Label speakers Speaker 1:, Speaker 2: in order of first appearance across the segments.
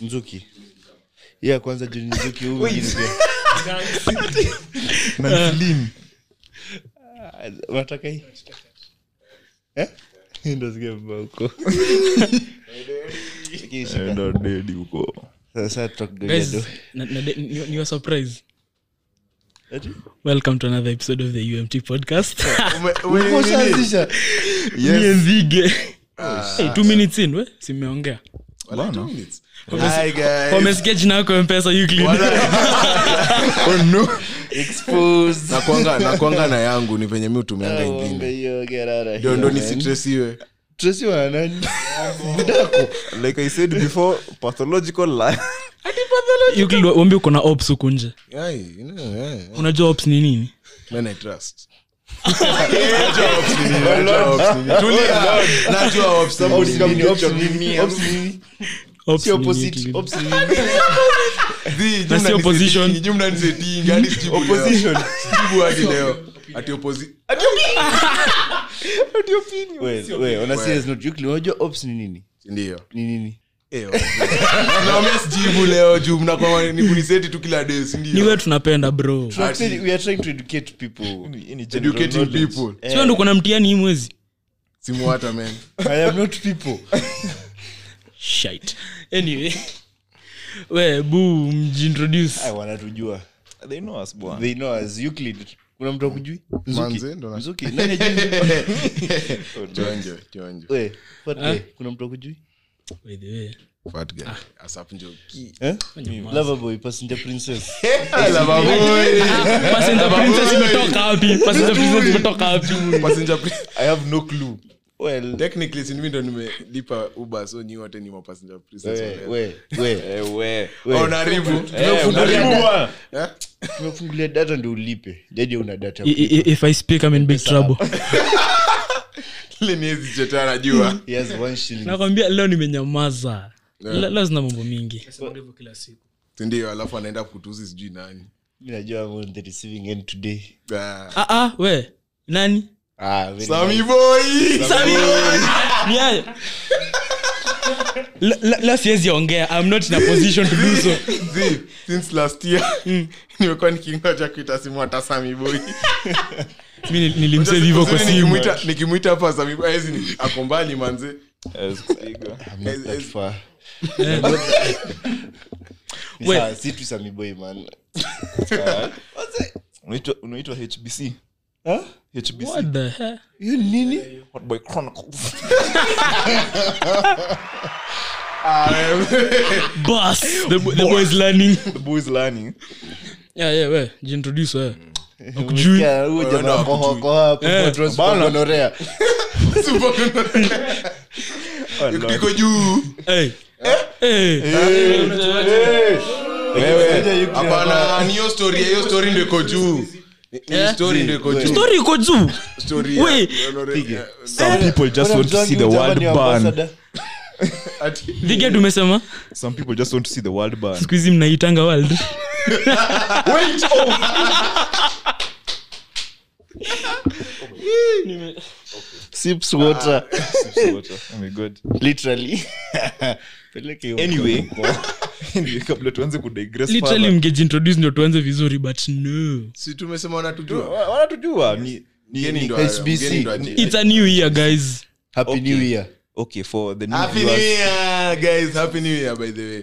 Speaker 1: nzuki hiyo ya kwanza juu ni nzuki huu mwingine pia
Speaker 2: na slim
Speaker 1: Ah, unataka hii Eh? Hii ndo sikia mbaya huko Lakini shika.
Speaker 2: enda dedi huko
Speaker 1: sasa tutakugoja
Speaker 3: Guys,
Speaker 1: do
Speaker 3: na- na- ni- ni wa surprise
Speaker 1: Ati?
Speaker 3: welcome to another episode of the umt podcast
Speaker 1: Ulikuwa ushaanzisha.
Speaker 3: Mie nzige
Speaker 1: Ah.
Speaker 3: Hey, two minutes in we simeongea
Speaker 1: Hi, guys.
Speaker 3: wamesikia jina yako mpesa Euclid.
Speaker 1: Exposed.
Speaker 4: nakwanga nakwanga na yangu ni venye mi utumianga
Speaker 1: Ah, uongo
Speaker 4: ingine
Speaker 1: hiyo, gerara hiyo,
Speaker 4: ndio ndo
Speaker 1: man.
Speaker 4: nisitresiwe
Speaker 1: Stressiwa na nani?
Speaker 2: like i said before pathological lie
Speaker 3: Euclid, wa- waambie uko na ops huku nje
Speaker 4: Ai, you know, eh, eh.
Speaker 3: unajua ops ni nini
Speaker 4: Men I trust. Najua ops ni nini, najua ops ni nini. Najua ops, somebody
Speaker 1: Ops nini,
Speaker 4: give
Speaker 1: ops
Speaker 4: your
Speaker 1: nini,
Speaker 4: nini,
Speaker 1: ops nini?
Speaker 3: Ops
Speaker 1: Si
Speaker 3: ni nini,
Speaker 1: opposite,
Speaker 3: Euclid?
Speaker 1: ops ni nini?
Speaker 4: Zii,
Speaker 3: Na si opposition.
Speaker 4: juu mnanisetingi, hadi sijibu leo. Sijibu hadi leo. Ati opposi-
Speaker 1: We, we, on a serious note, Euclid, unajua ops ni nini
Speaker 4: Ndiyo.
Speaker 1: ni nini
Speaker 4: Eh, ops. Naomba sijibu leo juu mnakuwa ni kuniseti tu kila day si
Speaker 3: ni
Speaker 4: ndio?
Speaker 3: we tunapenda bro
Speaker 1: Tuna- we are trying to educate people
Speaker 4: Educating people.
Speaker 1: Eh.
Speaker 3: sio ndo kuna mtihani hii mwezi
Speaker 4: Simu hata men.
Speaker 1: i am not people
Speaker 3: Shite. anyway we bu mjiintroduce
Speaker 1: Ah, wanatujua
Speaker 2: they know us bwana
Speaker 1: they know us Euclid. kuna mtu akujui
Speaker 4: Manze, ndo na-
Speaker 1: mzuki Nani ajui?
Speaker 4: Chonjo, chonjo.
Speaker 1: We, what the- kuna mtu akujui
Speaker 3: By the way,
Speaker 4: Fat guy. Asap Njoki.
Speaker 1: Eh?
Speaker 3: fanya mawazo.
Speaker 1: Loverboy, passenger princess
Speaker 3: Ah, Passenger princess imetoka wapi? Passenger princess imetoka wapi?
Speaker 4: Passenger pri- I have no clue.
Speaker 1: well
Speaker 4: Technically, si mimi ndo nimelipa Uber, so nyi wote ni ma passenger princess
Speaker 1: we,
Speaker 4: wale.
Speaker 1: we, we.
Speaker 2: Eh, we.
Speaker 4: Oh,
Speaker 1: we.
Speaker 4: Honoribu.
Speaker 1: unafungulia
Speaker 4: Honoribu.
Speaker 1: data.
Speaker 4: Eh?
Speaker 1: tumefungulia data ndio ulipe jaji una data
Speaker 3: I- i- i- if i speak i'm in big trouble
Speaker 4: Ile ni hizi cheta anajua.
Speaker 1: He has one shilling.
Speaker 3: nakwambia leo nimenyamaza
Speaker 4: Yeah.
Speaker 3: Le- leo zina mambo mingi
Speaker 4: Si ndio, alafu anaenda kutusi sijui nani.
Speaker 1: Mi najua I'm on the receiving end today
Speaker 4: Ah.
Speaker 3: Ah, ah, we nani
Speaker 1: ah very
Speaker 4: Sammy
Speaker 1: nice.
Speaker 4: boy.
Speaker 3: Sami! Ni aje? Le- le- leo siwezi ongea i'm not in a position to do so
Speaker 4: Zii, since last year nimekuwa nikingoja kuita simu hata Sammy boy.
Speaker 3: mi nilimsevi hivyo kwa
Speaker 4: Uzuri
Speaker 3: simu
Speaker 4: nikimwita- nikimwita hapa Sammy boy, hawezi ni- ako mbali manze
Speaker 2: Eh, sikupiga.
Speaker 1: I'm not that far. Ni
Speaker 3: Wait.
Speaker 1: sawa, Ah, si tu Sammy boy, man.
Speaker 2: Unaitwa- unaitwa hbc
Speaker 1: Huh?
Speaker 2: hbc
Speaker 3: What the hell?
Speaker 1: Hiyo ni nini
Speaker 2: Hot boy chronicles
Speaker 4: Ah, eh,
Speaker 3: Boss, the, bo- the boy is learning
Speaker 2: the boys learning
Speaker 3: yeah, yeah, we jintroduce we Hakujui.
Speaker 1: Umesikia huyo
Speaker 4: Wewe
Speaker 1: jamaa
Speaker 4: na hakujui.
Speaker 1: kohokoho hapo,
Speaker 3: Eh.
Speaker 1: Botross gonorrhea.
Speaker 4: super good.
Speaker 2: Oh, Lord.
Speaker 4: Niko juu
Speaker 3: Hey. Hey.
Speaker 1: Eh, Ngoja
Speaker 4: wewe
Speaker 1: Euclid hapa.
Speaker 4: hapana ni hiyo story hiyo story ndio iko juu Ni- ni
Speaker 3: Eh?
Speaker 4: story ndio iko juu
Speaker 3: story iko juu
Speaker 4: Story ya-
Speaker 3: Wait.
Speaker 4: Honore-
Speaker 1: Pige.
Speaker 4: eh,
Speaker 2: some people just
Speaker 1: Mbona
Speaker 2: want to
Speaker 1: mtu
Speaker 2: see the
Speaker 1: wangu jamaa
Speaker 2: world
Speaker 1: ni
Speaker 2: burn
Speaker 1: ambassador?
Speaker 4: ati-
Speaker 3: viget umesema
Speaker 2: some people just want to see the world burn
Speaker 3: siku hizi mnaitanga world
Speaker 1: Sips water,
Speaker 2: oh my god
Speaker 1: literally. Peleke hiyo
Speaker 2: Anyway.
Speaker 1: mkono kwa-
Speaker 2: Anyway, kabla tuanze kudigress
Speaker 3: literally
Speaker 2: further.
Speaker 3: mgejintroduce ndio tuanze vizuri but no
Speaker 4: si tumesema wanatujua
Speaker 2: Wa- wanatujua ni ni-
Speaker 4: Mgeni
Speaker 2: ni-
Speaker 4: ndo-
Speaker 1: HBC.
Speaker 4: mgeni ndo aje.
Speaker 3: it's a new year guys
Speaker 1: Happy
Speaker 2: Okay.
Speaker 1: New Year.
Speaker 2: okay for the new
Speaker 4: Happy New
Speaker 2: viewers.
Speaker 4: Year, guys. Happy New Year, by the way.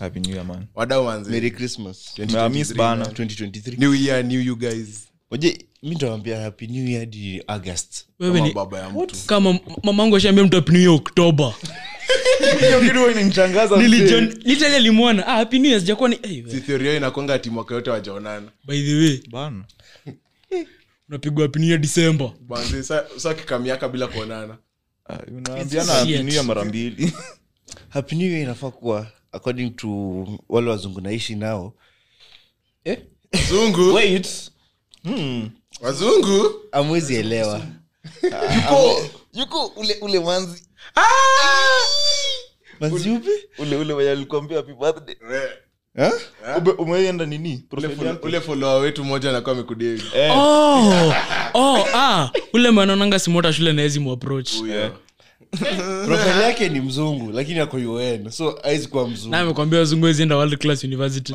Speaker 2: happy new year man
Speaker 4: Wadau manze.
Speaker 1: Merry Christmas.
Speaker 4: 2023
Speaker 2: Miss bana.
Speaker 1: 2023.
Speaker 4: New Year, new you guys.
Speaker 1: Oje, mi nitawaambia happy new year hadi august
Speaker 3: wewe
Speaker 4: Kama
Speaker 3: ni
Speaker 4: baba ya mtu.
Speaker 3: kama mamangu ashaambia mtu happy new year oktoba Nilijion- literally alimwona ah, happy new year sijakuwa ni hey, we.
Speaker 4: Si theory yao inakwanga ati mwaka yote wajaonana.
Speaker 3: by the way
Speaker 2: Bana.
Speaker 3: unapigwa happy new year december
Speaker 4: Manze, sa- sa kika miaka bila kuonana.
Speaker 2: Ah, unaambiana happy
Speaker 3: Shit.
Speaker 2: new year mara mbili
Speaker 1: happy new year inafaa kuwa according to wale wazungu naishi nao
Speaker 4: Wazungu,
Speaker 1: wait
Speaker 4: wazungu.
Speaker 1: amwezi elewa
Speaker 2: yuko ule ule manzi
Speaker 1: Ah! manziupe
Speaker 2: ule ule wenye alikwambia happy birthday
Speaker 4: Eh,
Speaker 2: Ube- umeenda nini
Speaker 4: ule
Speaker 2: profile
Speaker 4: folo-
Speaker 2: yako?
Speaker 4: Ule follower wetu mmoja anakuwa amekudeli.
Speaker 1: Eh, eh.
Speaker 3: oh, oh, ah, ule manonanga simota shule naezi muapproach
Speaker 4: Huyo.
Speaker 1: profile yake ni mzungu lakini ako un so awezi kuwa mzungu
Speaker 3: na amekwambia wazungu wezienda world class university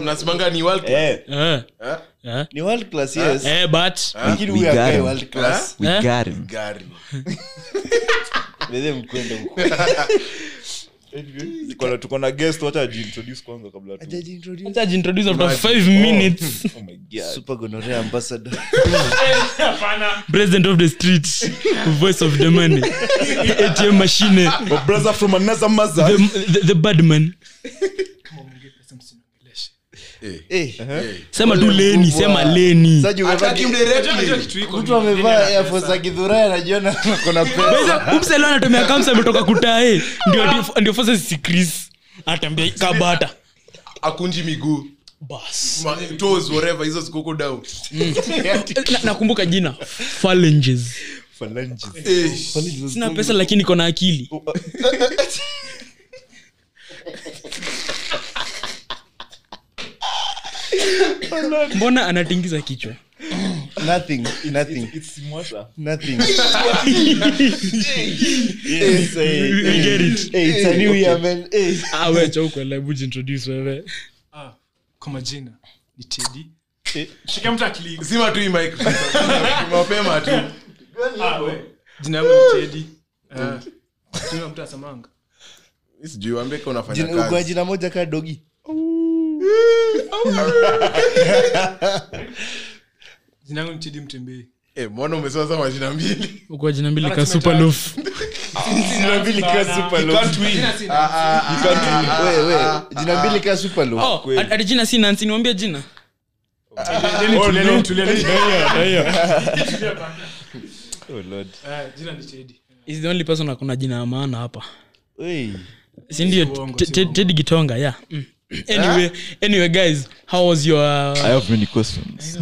Speaker 4: mnasimanga ni world class?
Speaker 1: eh,
Speaker 3: Eh,
Speaker 4: Eh?
Speaker 3: eh.
Speaker 1: ni world class
Speaker 2: Ah,
Speaker 1: yes
Speaker 3: Eh, but
Speaker 1: lakini
Speaker 2: We
Speaker 1: huyu akae
Speaker 2: got him.
Speaker 1: world class
Speaker 2: We
Speaker 3: Eh?
Speaker 2: got him.
Speaker 4: gari
Speaker 2: Ah?
Speaker 1: bethe mkwende mko
Speaker 2: Tuko na- tuko na guest wacha ajiintroduce kwanza kabla tu
Speaker 3: acha ajiintroduce after five minutes
Speaker 2: Oh my God.
Speaker 1: super gonorrhea ambassador
Speaker 3: president of the street voice of the money atm machine
Speaker 2: But brother from another mother.
Speaker 3: the, the, the badman
Speaker 4: Eh,
Speaker 1: eh
Speaker 4: eh.
Speaker 3: sema tu
Speaker 1: Ole
Speaker 3: leni
Speaker 1: mkubwa.
Speaker 3: sema leni
Speaker 1: Saji umevaa
Speaker 4: Hataki
Speaker 1: ki-
Speaker 4: mdirectly.
Speaker 1: mtu amevaa Air Force akidhuraa anajiona kona pesa
Speaker 3: umselo anatumia kams ametoka kutae ndio ndio fosa sikris anatambia kabata
Speaker 4: akunji miguu
Speaker 3: bas
Speaker 4: Ma- toes, whatever, hizo zikoko down
Speaker 3: Na- nakumbuka jina phalanges
Speaker 4: Eh,
Speaker 3: sina pesa lakini iko na akili mbona anatingiza kichwa
Speaker 1: nothing nothing
Speaker 2: It's Mwasa.
Speaker 1: nothing yes eh,
Speaker 3: We- we
Speaker 1: eh.
Speaker 3: get it.
Speaker 1: Eh, it's a new year man eh
Speaker 3: Ah, we, acha huko, hebu jintroduce wewe
Speaker 5: Ah, kwa majina ni tedi shika mtu akili
Speaker 4: zima tu hii mic. mapema tu
Speaker 5: Ah, we. jina yangu ni tedi Ah, jina mtu asamanga
Speaker 4: Mi sijui waambie kama unafanya
Speaker 1: Jina- uko na
Speaker 4: kazi
Speaker 1: jina moja kaa dogi
Speaker 5: jina yangu ni tedi mtembei
Speaker 4: Eh, mbona umesema sasa majina mbili
Speaker 3: uko jina mbili ka
Speaker 5: Bana,
Speaker 3: super
Speaker 5: tumejaa.
Speaker 3: loaf
Speaker 1: jina mbili kaa super low. Ah, We, we, jina mbili kaa super low.
Speaker 5: Ah,
Speaker 3: oh hadi jina si nansi niambia jina
Speaker 2: Oh Lord.
Speaker 5: Ah, jina ni tedi
Speaker 3: is the only person akuna jina ya maana hapa
Speaker 1: Hey.
Speaker 3: si ndio
Speaker 5: Si uongo,
Speaker 3: Te-
Speaker 5: si
Speaker 3: Te-
Speaker 5: uongo. Ah?
Speaker 3: ted gitonga yeah Mm. anyway anyway guys how was your
Speaker 2: I have many questions.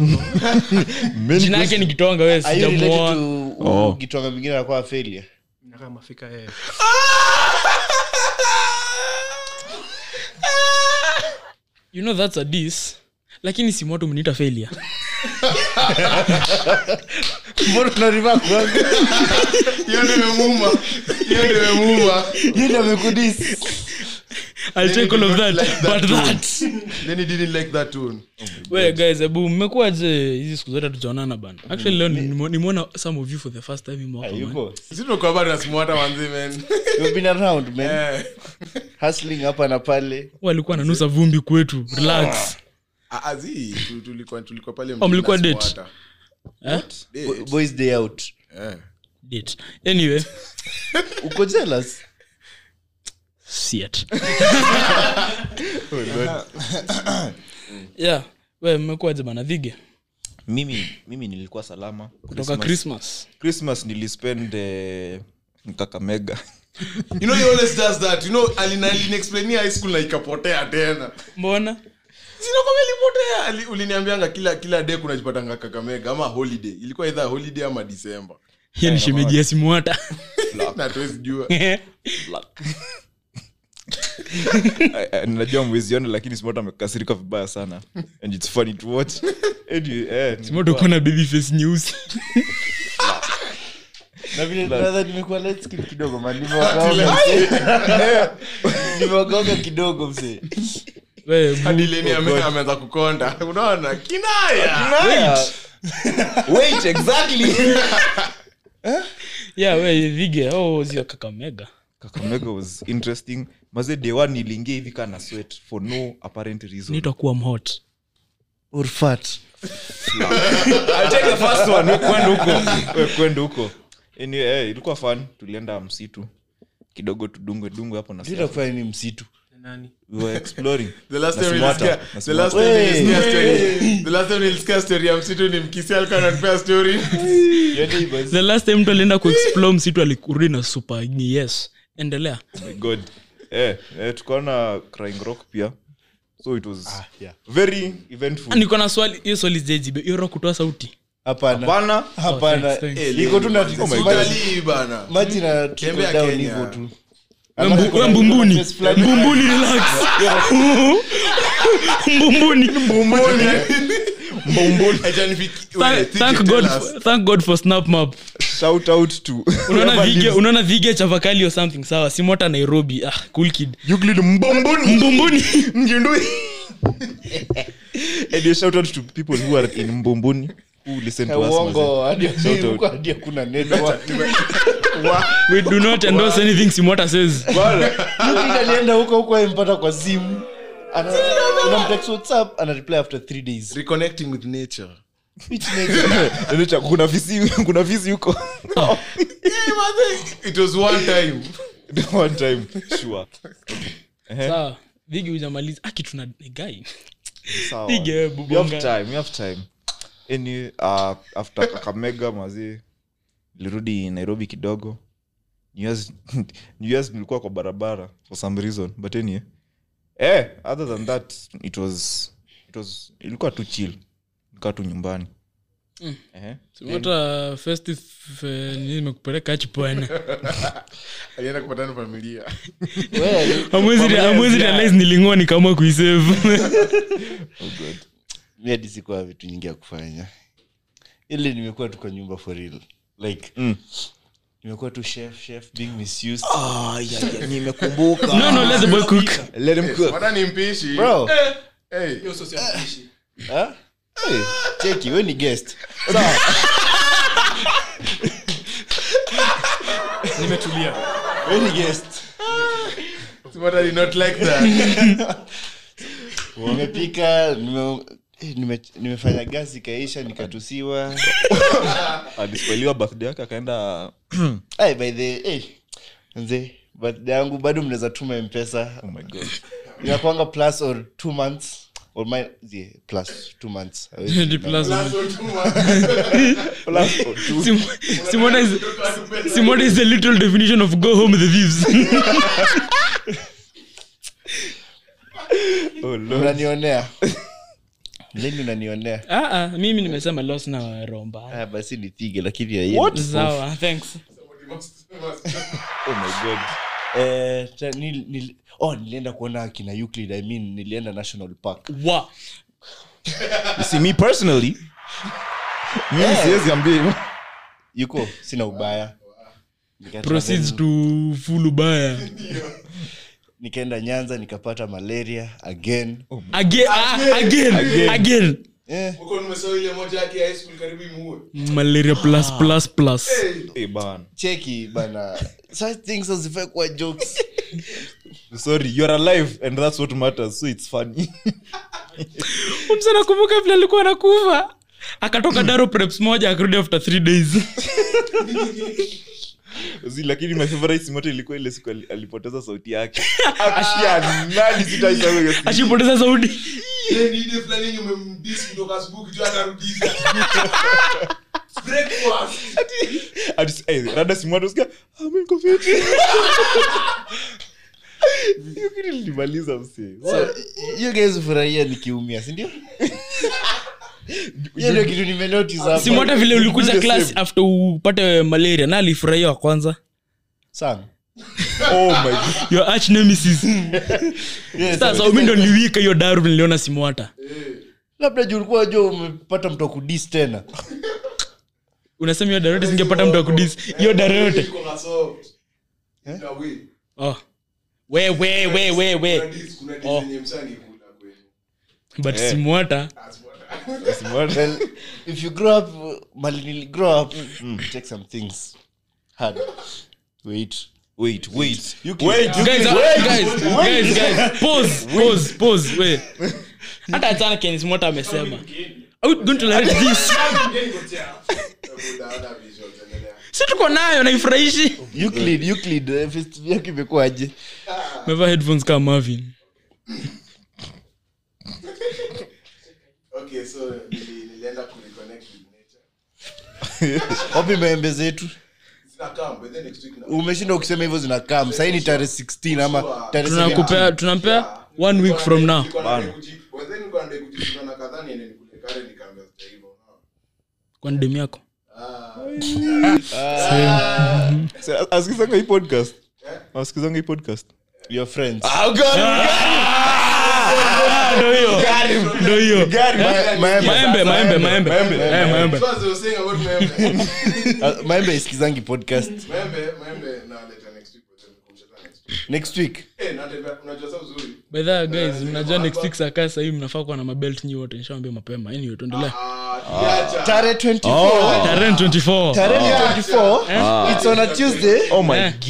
Speaker 3: jina yake ni gitonga wewe
Speaker 1: Are you related to
Speaker 3: sijamuoa
Speaker 1: huyu kitonga mwingine anakuwa failure?
Speaker 5: nakaa mafika eh, yeye
Speaker 3: you know that's a dis lakini si moto mniita failure
Speaker 1: Mbona tunarevert kwanza?
Speaker 4: hiyo ndio imemuuma hiyo ndio imemuuma
Speaker 1: Yeye ndiye amekudis.
Speaker 3: i'll take all of that
Speaker 4: Like that
Speaker 3: but
Speaker 4: too.
Speaker 3: that
Speaker 4: then he didn't like that tone
Speaker 3: we guys ebu mmekuwaje hizi siku zote tujaonana bana actually leo nimo- nimeona some of you for the first time in mwaka, man.
Speaker 4: sisi tunakuwa bado tunasema hata manzi man
Speaker 1: You've been around, man.
Speaker 4: Eh.
Speaker 1: Hustling hapa na pale.
Speaker 3: walikuwa nanusa vumbi kwetu relax
Speaker 4: Ah, ah, zi, tu- tulikuwa tulikuwa pale
Speaker 3: Oh, mlikuwa
Speaker 4: mjini na
Speaker 3: date?
Speaker 4: Sumwata.
Speaker 3: Eh?
Speaker 4: Date.
Speaker 1: Bo- Boys day out.
Speaker 4: Eh.
Speaker 3: Date. anyway
Speaker 1: Uko jealous?
Speaker 3: siet yeah we mmekuwaje bana dhige
Speaker 2: mimi mimi nilikuwa salama
Speaker 3: kutoka christmas
Speaker 2: christmas nilispend eh, nkakamega
Speaker 4: you know he always does that you know alina alinexplainia high school na ikapotea tena
Speaker 3: mbona
Speaker 4: sina kwa ilipotea Ali- uliniambianga kila kila day kunajipatanga kakamega ama holiday ilikuwa either holiday ama december
Speaker 3: hiyo ni shemeji ya simuata
Speaker 4: na tuwezi jua
Speaker 3: Oh,
Speaker 2: I- I- najua mweziona lakini smot amekasirika vibaya sana and its funny to watch Anyway, eh,
Speaker 3: simoto kuwa na baby face nyeusi
Speaker 1: Na vile brother, nimekuwa light skin kidogo, man. Nimewagonga mzee. Nimewagonga kidogo mzee.
Speaker 3: we bu-
Speaker 4: hadi leni ame- ameanza kukonda unaona
Speaker 3: Ah,
Speaker 4: kinaya
Speaker 2: wait exactly
Speaker 3: yeah we dhige oh zio kakamega
Speaker 2: kakamega was interesting maze day one niliingia hivi kaa na sweat for no apparent reason
Speaker 3: nitakuwa mhot
Speaker 1: Or fat.
Speaker 2: I'll take the first one. We kwenda huko We kwenda huko Anyway, eh, ilikuwa fun tulienda msitu kidogo tudungwe dungwe hapo na
Speaker 1: Sijui
Speaker 2: stuff.
Speaker 1: nafanya nini msitu.
Speaker 5: nani
Speaker 2: we were exploring
Speaker 4: the last time
Speaker 2: Nasimwata,
Speaker 4: nilisikia the
Speaker 2: nasimwata.
Speaker 4: last time
Speaker 1: Hey.
Speaker 4: nilisikia story the last time nilisikia story ya msitu ni mkisi alikuwa ananipea story
Speaker 3: the last time mtu alienda kuexplore msitu alikurudi na super yes endelea
Speaker 2: My god eh, eh, tukaona crying rock pia so it was
Speaker 1: Ah.
Speaker 2: very eventful
Speaker 3: Ah, niko na swali hiyo swali zejibe yoro kutoa sauti
Speaker 1: Hapana.
Speaker 2: Bana,
Speaker 1: Hapana.
Speaker 3: thanks, Oh, thanks.
Speaker 1: Eh, iko tu na-
Speaker 3: oh
Speaker 4: utalii bana
Speaker 1: maji na
Speaker 4: Oh Tembea
Speaker 1: trickle down
Speaker 4: Kenya.
Speaker 1: hivyo tu Ah,
Speaker 3: We mbu- we mbumbuni mbumbuni relax mbumbuni
Speaker 4: Mboni. Haijanifikia.
Speaker 3: Thank-
Speaker 4: Wait, I think
Speaker 3: thank
Speaker 4: you tell
Speaker 3: god
Speaker 4: us.
Speaker 3: thank god for snapmap
Speaker 2: shout out to
Speaker 3: unaona
Speaker 2: whoever
Speaker 3: vige
Speaker 2: lives-
Speaker 3: unaona vige chavakali or something sawa simota nairobi ah, cool kid
Speaker 2: Euclid Mbomboni.
Speaker 3: mbumbuni
Speaker 2: Mjindui. and a shout out to people who are in mbomboni who listen to us
Speaker 1: Eh, uongo hadi
Speaker 2: Shout out.
Speaker 1: huko hadi hakuna network
Speaker 3: we do not endorse anything simota says
Speaker 1: Yuki alienda huko huko alimpata kwa simu Ana- unamtext whatsapp ana reply after three days
Speaker 4: reconnecting with nature
Speaker 1: Which network?
Speaker 2: mazee. Nature, kuna fisi kuna fisi huko
Speaker 4: it was one time
Speaker 2: one time sure Uh-huh.
Speaker 3: sawa vige hujamaliza Ah, aki tuna gai
Speaker 2: Sawa.
Speaker 3: Big, eh,
Speaker 2: Oh. We have
Speaker 3: Bubonga.
Speaker 2: time, we have time. Any, uh, after kakamega mazi lirudi nairobi kidogo New Year's- New Year's nilikuwa kwa barabara for some reason but anyway. eh, other than that it was, it was ilikuwa tu chill ilikuwa tu nyumbani Eh, Ehe.
Speaker 3: simota festive eh, nini imekupeleka achi pwani
Speaker 4: alienda kupatana na familia
Speaker 1: Well,
Speaker 3: Hamwezi- hamwezi realize niling'oa nikaamua kuisave
Speaker 1: mi hadi sikuwa vitu nyingi ya kufanya ili nimekuwa tu kwa nyumba for real like
Speaker 2: Mm.
Speaker 1: nimekuwa tu chef chef being misused
Speaker 3: no no let the boy cook
Speaker 2: Let him cook.
Speaker 4: Mbona ni mpishi
Speaker 1: bro
Speaker 4: Hey.
Speaker 1: ha? hey, cheki we ni guest sawa
Speaker 5: nimetulia
Speaker 1: we ni guest
Speaker 4: Mbona ni not like that
Speaker 1: nimepika nime, eh, nime, nimefanya gasi ikaisha nikatusiwa
Speaker 2: Alispoiliwa birthday yake akaenda oh
Speaker 1: Ay, by the eh, mzee birthday yangu bado mnaweza tuma mpesa
Speaker 2: oh my God.
Speaker 1: inakwanga plus or two months or my, yeah, plus two months Hawezi-
Speaker 3: Ni plus one.
Speaker 2: Plus or two.
Speaker 3: Sim- Simona is Simona is the literal definition of go home with the thieves.
Speaker 2: Oh, Lord.
Speaker 1: unanionea leni unanionea
Speaker 3: ah ah mimi nimesema loss na waromba.
Speaker 1: ah, basi nipige lakini ya-
Speaker 2: Eh.
Speaker 3: Sawa, thanks.
Speaker 2: Oh my God.
Speaker 1: eh, ta- nil, nil, oh, nilienda kuona akina Euclid, I mean, nilienda national park
Speaker 3: Wa.
Speaker 2: You see, me personally mimi siwezi ambia
Speaker 1: yuko sina ubaya Nikaenda-
Speaker 3: Proceeds to full ubaya.
Speaker 1: nikaenda nyanza nikapata malaria again
Speaker 3: Again, ah, again, again.
Speaker 1: eh,
Speaker 3: Malaria plus
Speaker 2: Ah.
Speaker 3: plus plus.
Speaker 2: Eh, bana.
Speaker 1: cheki bana such things hazifai kuwa jokes
Speaker 2: sorry you're alive and that's what matters so it's funny
Speaker 3: Msa nakumbuka vile alikuwa anakufa. Akatoka Daro preps moja akarudi after 3 days.
Speaker 2: Zi, lakini my favorite simoto ilikuwa ile siku ali- alipoteza sauti yake Ashia, nani sitaisahau hiyo siku.
Speaker 3: Ashipoteza sauti.
Speaker 2: Ati- eh, rada simoto sikia amengo fiti Hiyo kitu ilinimaliza msee.
Speaker 1: so, you guys furahia nikiumia sindio hiyo ndio kitu nimenotice hapa.
Speaker 3: Simota vile ulikuja
Speaker 2: the
Speaker 3: class
Speaker 2: same.
Speaker 3: after upate malaria na alifurahia wa kwanza.
Speaker 1: Sana.
Speaker 2: Oh my God.
Speaker 3: Your arch nemesis.
Speaker 1: Yes,
Speaker 3: Sasa mimi ndo niliwika hiyo Daro niliona Simota.
Speaker 1: labda juu ulikuwa unajua umepata mtu wa kudis tena
Speaker 3: unasema hiyo darote singepata mtu akudis hiyo darote
Speaker 4: Eh?
Speaker 3: oh. we we we we we Oh. but
Speaker 2: Eh.
Speaker 3: simwata
Speaker 2: Simoto.
Speaker 1: well, if you grow up uh, mali nili grow up
Speaker 3: Mm.
Speaker 1: you take some things hard wait
Speaker 2: Wait, wait.
Speaker 1: Wait,
Speaker 3: You guys are- guys, guys, guys, pause, pause, pause, wait. hata achana kenye simwata amesema Are we going to tolerate this? si tuko nayo naifurahishi
Speaker 1: Euclid, Euclid, eh, festival yako imekuwaje
Speaker 3: mevaa headphones kama marvin
Speaker 4: okay so nili- nilienda kureconnect with nature
Speaker 1: wapi maembe zetu
Speaker 4: zinakaa but then next week na
Speaker 1: umeshinda ukisema hivyo zinakam sahii ni tarehe 16 ama tarehe
Speaker 3: tunampea
Speaker 1: 17.
Speaker 3: tunampea one week from now
Speaker 4: niko na ndekuji- but then niko na ndekuji na kadhani ene nikule kale nikaambia sitaiva unaona
Speaker 3: kwa ndem yako
Speaker 2: Sasa, asikizanga hii podcast asikizanga hii podcast
Speaker 1: your friends
Speaker 2: Ah, God.
Speaker 3: Ah, ndo hiyo ndo hiyo maembe maembe maembe
Speaker 2: Maembe.
Speaker 3: Eh, maembe
Speaker 4: First I was saying about Membe.
Speaker 1: Uh, maembe isikizangi podcast
Speaker 4: Membe, Membe, na leta next week, wacha nikumshata next week.
Speaker 1: next week
Speaker 4: Eh, na tena, unajua sasa uzuri.
Speaker 3: by the way, guys mnajua next week saa kaa sahii mnafaa kuwa na mabelt nyi wote nishaambia mapema anyway tuendelea
Speaker 4: Ah, kiacha.
Speaker 1: tarehe 24
Speaker 3: tarehe 24
Speaker 1: tarehe 24
Speaker 3: Ah.
Speaker 1: it's on a tuesday
Speaker 2: Oh my
Speaker 3: Eh.
Speaker 2: God.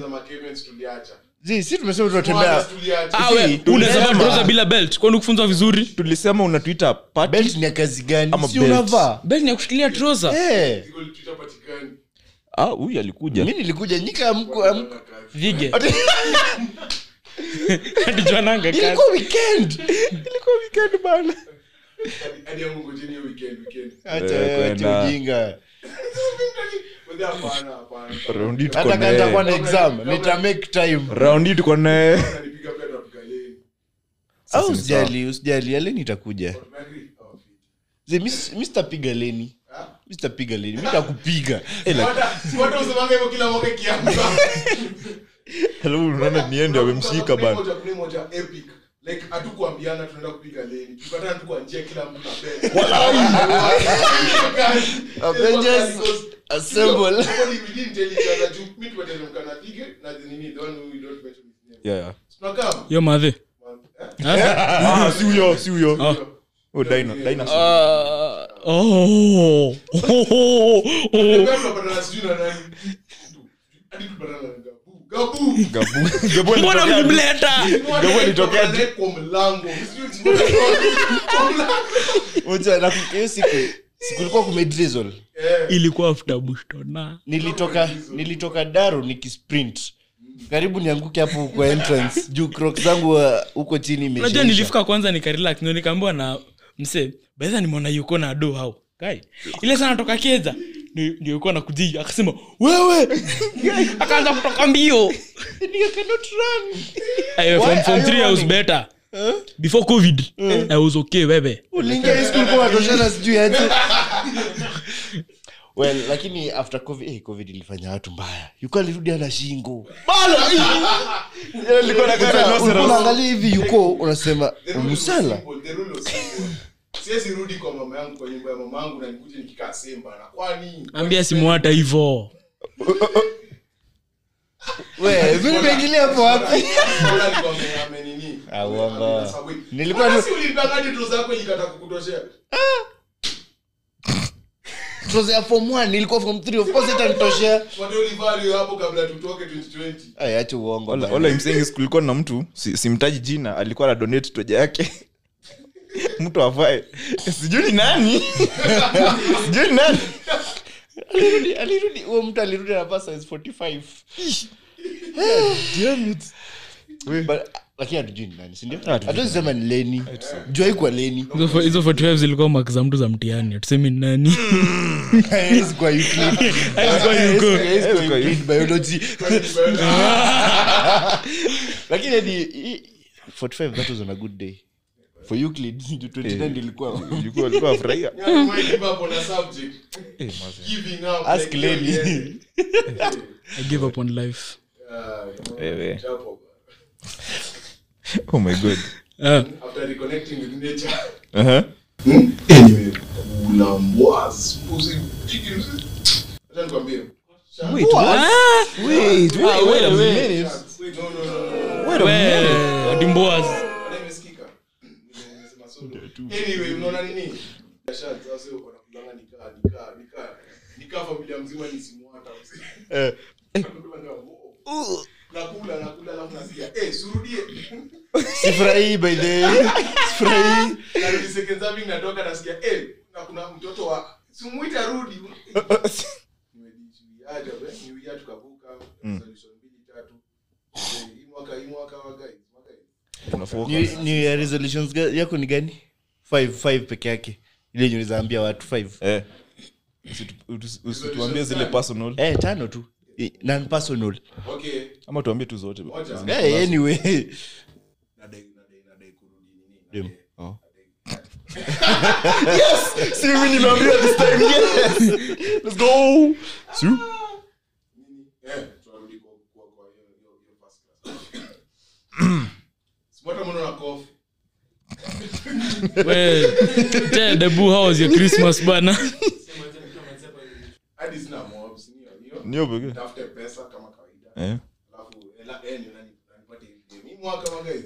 Speaker 4: Za Makemens tuliacha.
Speaker 1: Zii, si tumesema
Speaker 4: Mwana
Speaker 1: tunatembea
Speaker 4: tuliacha.
Speaker 3: Ah, we, unaweza vaa trouser bila belt kwani kufunzwa vizuri
Speaker 2: tulisema unatuita party
Speaker 1: belt ni ya kazi gani
Speaker 2: Ama
Speaker 1: si
Speaker 2: belt.
Speaker 1: unavaa
Speaker 3: belt ni ya kushikilia trouser
Speaker 1: Eh,
Speaker 4: Goal tutapatikana.
Speaker 2: ah huyu alikuja
Speaker 1: mi nilikuja nyika amku- amku-
Speaker 3: vige Hadi jwananga kazi.
Speaker 1: ilikuwa weekend ilikuwa weekend bana
Speaker 4: Hadi- hadi yangu ngojeni hiyo weekend, weekend.
Speaker 1: acha
Speaker 2: Eh,
Speaker 1: wewe,
Speaker 2: kwenda.
Speaker 1: ati ujinga
Speaker 4: Wazee, hapana, hapana.
Speaker 2: Round hii tuko
Speaker 1: hata kama
Speaker 2: naye.
Speaker 1: nitakuwa na exam nita make time
Speaker 2: Round hii tuko naye
Speaker 4: Ananipiga pia napiga yeye.
Speaker 1: au
Speaker 2: ni
Speaker 1: usijali usijali aleni itakuja
Speaker 4: Umeagree? Oh, fit.
Speaker 1: Zii, mi si- mi sitapiga leni
Speaker 4: Ah?
Speaker 1: mi sitapiga leni mi nitakupiga
Speaker 2: Eh,
Speaker 4: Wata- wata usemanga hivyo kila mwaka ikianza.
Speaker 2: Alafu unaona niende amemshika
Speaker 4: Kuna
Speaker 2: bana
Speaker 4: moja- kuna moja epic. Like, hatukuambiana tunaenda kupiga leni tukatana tu kwa njia kila mtu na bell.
Speaker 1: Avengers assemble
Speaker 4: Everybody, we didn't tell each other, ju- mi tumeteremka na Thige, na the nini, the one who don't mention his name.
Speaker 2: Yeah, yeah.
Speaker 4: Tunakaa,
Speaker 3: yo madhi
Speaker 4: man, eh?
Speaker 2: Ah, si huyo si huyo
Speaker 3: Ah.
Speaker 2: Oh, dino- dinosaur.
Speaker 3: Ah, oh. Oh. Oh.
Speaker 4: Tunakaa tunapatana sijui na nani. Hadi tulipatana na Gabu. Gabu!
Speaker 2: Gabu- Gabu
Speaker 3: mbona
Speaker 2: alitokea-
Speaker 3: mlimleta
Speaker 4: Gabu
Speaker 2: alitokea
Speaker 4: naye kwa mlango. Sijui sijui- kwa mlango.
Speaker 1: Unajua, na hiyo siku sikulikuwa kumedrizzle
Speaker 4: Eh,
Speaker 3: ilikuwa after bushtona
Speaker 1: nilitoka nilitoka daro nikisprint karibu nianguke hapo kwa entrance juu crocs zangu wa- huko chini imeshaisha.
Speaker 3: unajua nilifika kwanza nikarelax ndo nikaambiwa na msee baadha nimeona yuko na do hao kai ile sana toka keza ndiokuwa na kujii akasema wewe akaanza kutoka mbio
Speaker 1: I cannot run.
Speaker 3: Ayo,
Speaker 1: Why
Speaker 3: from,
Speaker 1: are
Speaker 3: from
Speaker 1: you
Speaker 3: three I was
Speaker 1: running? Eh?
Speaker 3: better before covid i was okay bebe
Speaker 1: Uliingia high school kwa watoshana sijui aje. well lakini after covid eh, covid ilifanya watu mbaya yuko alirudi ana shingo Sasa, unaangalia hivi yuko unasema
Speaker 4: the rule was
Speaker 1: musala
Speaker 4: simple, the rule was simple. Siwezi rudi kwa mama yangu kwa nyumba ya mama yangu na nikuje nikikaa Simba na kwani
Speaker 3: ambia simuata hivo
Speaker 1: we mimi nimeangalia hapo wapi
Speaker 4: Mbona alikuwa ame- amenini?
Speaker 1: Ah, uongo.
Speaker 4: Amenisawiri.
Speaker 1: Nilikuwa
Speaker 4: Mbona
Speaker 1: tu-
Speaker 4: si ulidanganya tu zako ikataka kukutoshea?
Speaker 1: troza ya form 1 ilikuwa form 3 of course itanitoshea
Speaker 4: Watu ulivaa hiyo hapo kabla tutoke 2020.
Speaker 1: Ay, acha uongo
Speaker 2: All-
Speaker 1: bana.
Speaker 2: all I'm saying is kulikuwa na mtu si- simtaji jina alikuwa na donate toja yake mtu avae sijui ni nani sijui ni nani
Speaker 1: alirudi alirudi huo mtu alirudi anavaa size 45 But, lakini hatujui ni nani sindio hatuwezi sema ni leni juai kwa leni
Speaker 3: hizo hizo 45 zilikuwa mak za mtu za mtihani atusemi ni nani
Speaker 1: Haiwezi kuwa Euclid. Haiwezi kuwa- haiwezi kuwa Euclid biology. lakini hadi hii- 45 that was on a good day for Euclid, juu 29 ilikuwa
Speaker 2: Ilikuwa- alikuwa afurahia
Speaker 4: Yaani wewe give up on a subject. Giving up,
Speaker 1: Eh, Ask
Speaker 4: like,
Speaker 1: Lenny.
Speaker 4: yeah,
Speaker 3: i gave up on life
Speaker 4: yeah. Ah,
Speaker 2: Wewe.
Speaker 4: chapo.
Speaker 2: oh my god
Speaker 3: Ah.
Speaker 4: After reconnecting with nature.
Speaker 2: Aha.
Speaker 4: Anyway, kula mbwazi, pusi, jiki, msi. Acha nikwambie.
Speaker 3: Ah!
Speaker 2: Ah, wait a minute.
Speaker 4: Wait, no, no, no, no.
Speaker 3: We, dimboas.
Speaker 4: Nimesikika. Nimesema solo. Anyway, unaona nini? Biashara za sasa wanakulanga nikaa, nikaa, nikaa. Nikaa familia mzima ni simu hata.
Speaker 1: Eh.
Speaker 4: Nakulanga, oh, oh. Nakula, nakula, alafu nasikia, eh, surudie.
Speaker 1: sifurahii by the sifurahii
Speaker 4: Na rudi seconds having natoka nasikia, eh, na kuna mtoto wa simuita arudi. Nimejiaja, we, ni wia tukavuka,
Speaker 1: Mm.
Speaker 4: solution mbili tatu. Eh, Hii mwaka, hii mwaka, mwaka, hii mwaka.
Speaker 2: Tunafocus.
Speaker 1: New- new year resolutions ga- yako ni gani five five peke yake ile yenye unawezaambia watu five
Speaker 2: Eh. Usitu- utu- usituambie zile personal
Speaker 1: eh tano tu non personal
Speaker 4: Okay.
Speaker 2: ama tuambie tu zote
Speaker 4: Moja.
Speaker 1: eh anyway
Speaker 4: Nadai, nadai, nadai kurudi nini?
Speaker 1: Dem.
Speaker 4: Nadai.
Speaker 2: Oh.
Speaker 1: si mimi nimeambia this time yes let's go
Speaker 2: Si?
Speaker 4: Nini? Eh, tunarudi kwa- kwa- kwa hiyo- hiyo- hiyo first class. Smarter man on a cough.
Speaker 3: Well, tell Debu, how was your Christmas bana?
Speaker 4: hadi sina mobs niyo niyo
Speaker 2: niyo pekee
Speaker 4: tafute pesa kama kawaida
Speaker 2: Eh.
Speaker 4: alafu ela yani nani nipate hivi mimi mwaka wa guys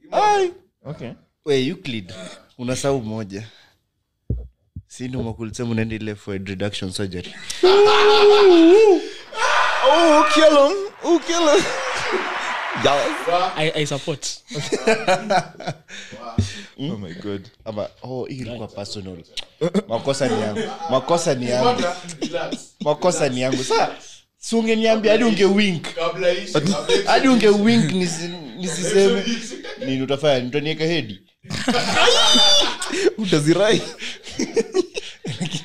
Speaker 4: Hii mwaka-
Speaker 2: Ai. okay
Speaker 1: we euclid unasahau moja si ndo makulisema unaenda ile for reduction surgery
Speaker 2: oh kill him oh kill him yeah.
Speaker 3: I, I support.
Speaker 2: oh my god
Speaker 1: ama oh hii ilikuwa personal makosa ni yangu makosa ni yangu
Speaker 4: mwaka, relax
Speaker 1: makosa ni yangu saa si ungeniambia hadi ungewink
Speaker 4: kabla ishi kabla ishi.
Speaker 1: hadi ungewink nisi- nisiseme nini utafanya nitanieka hedi
Speaker 2: utazirai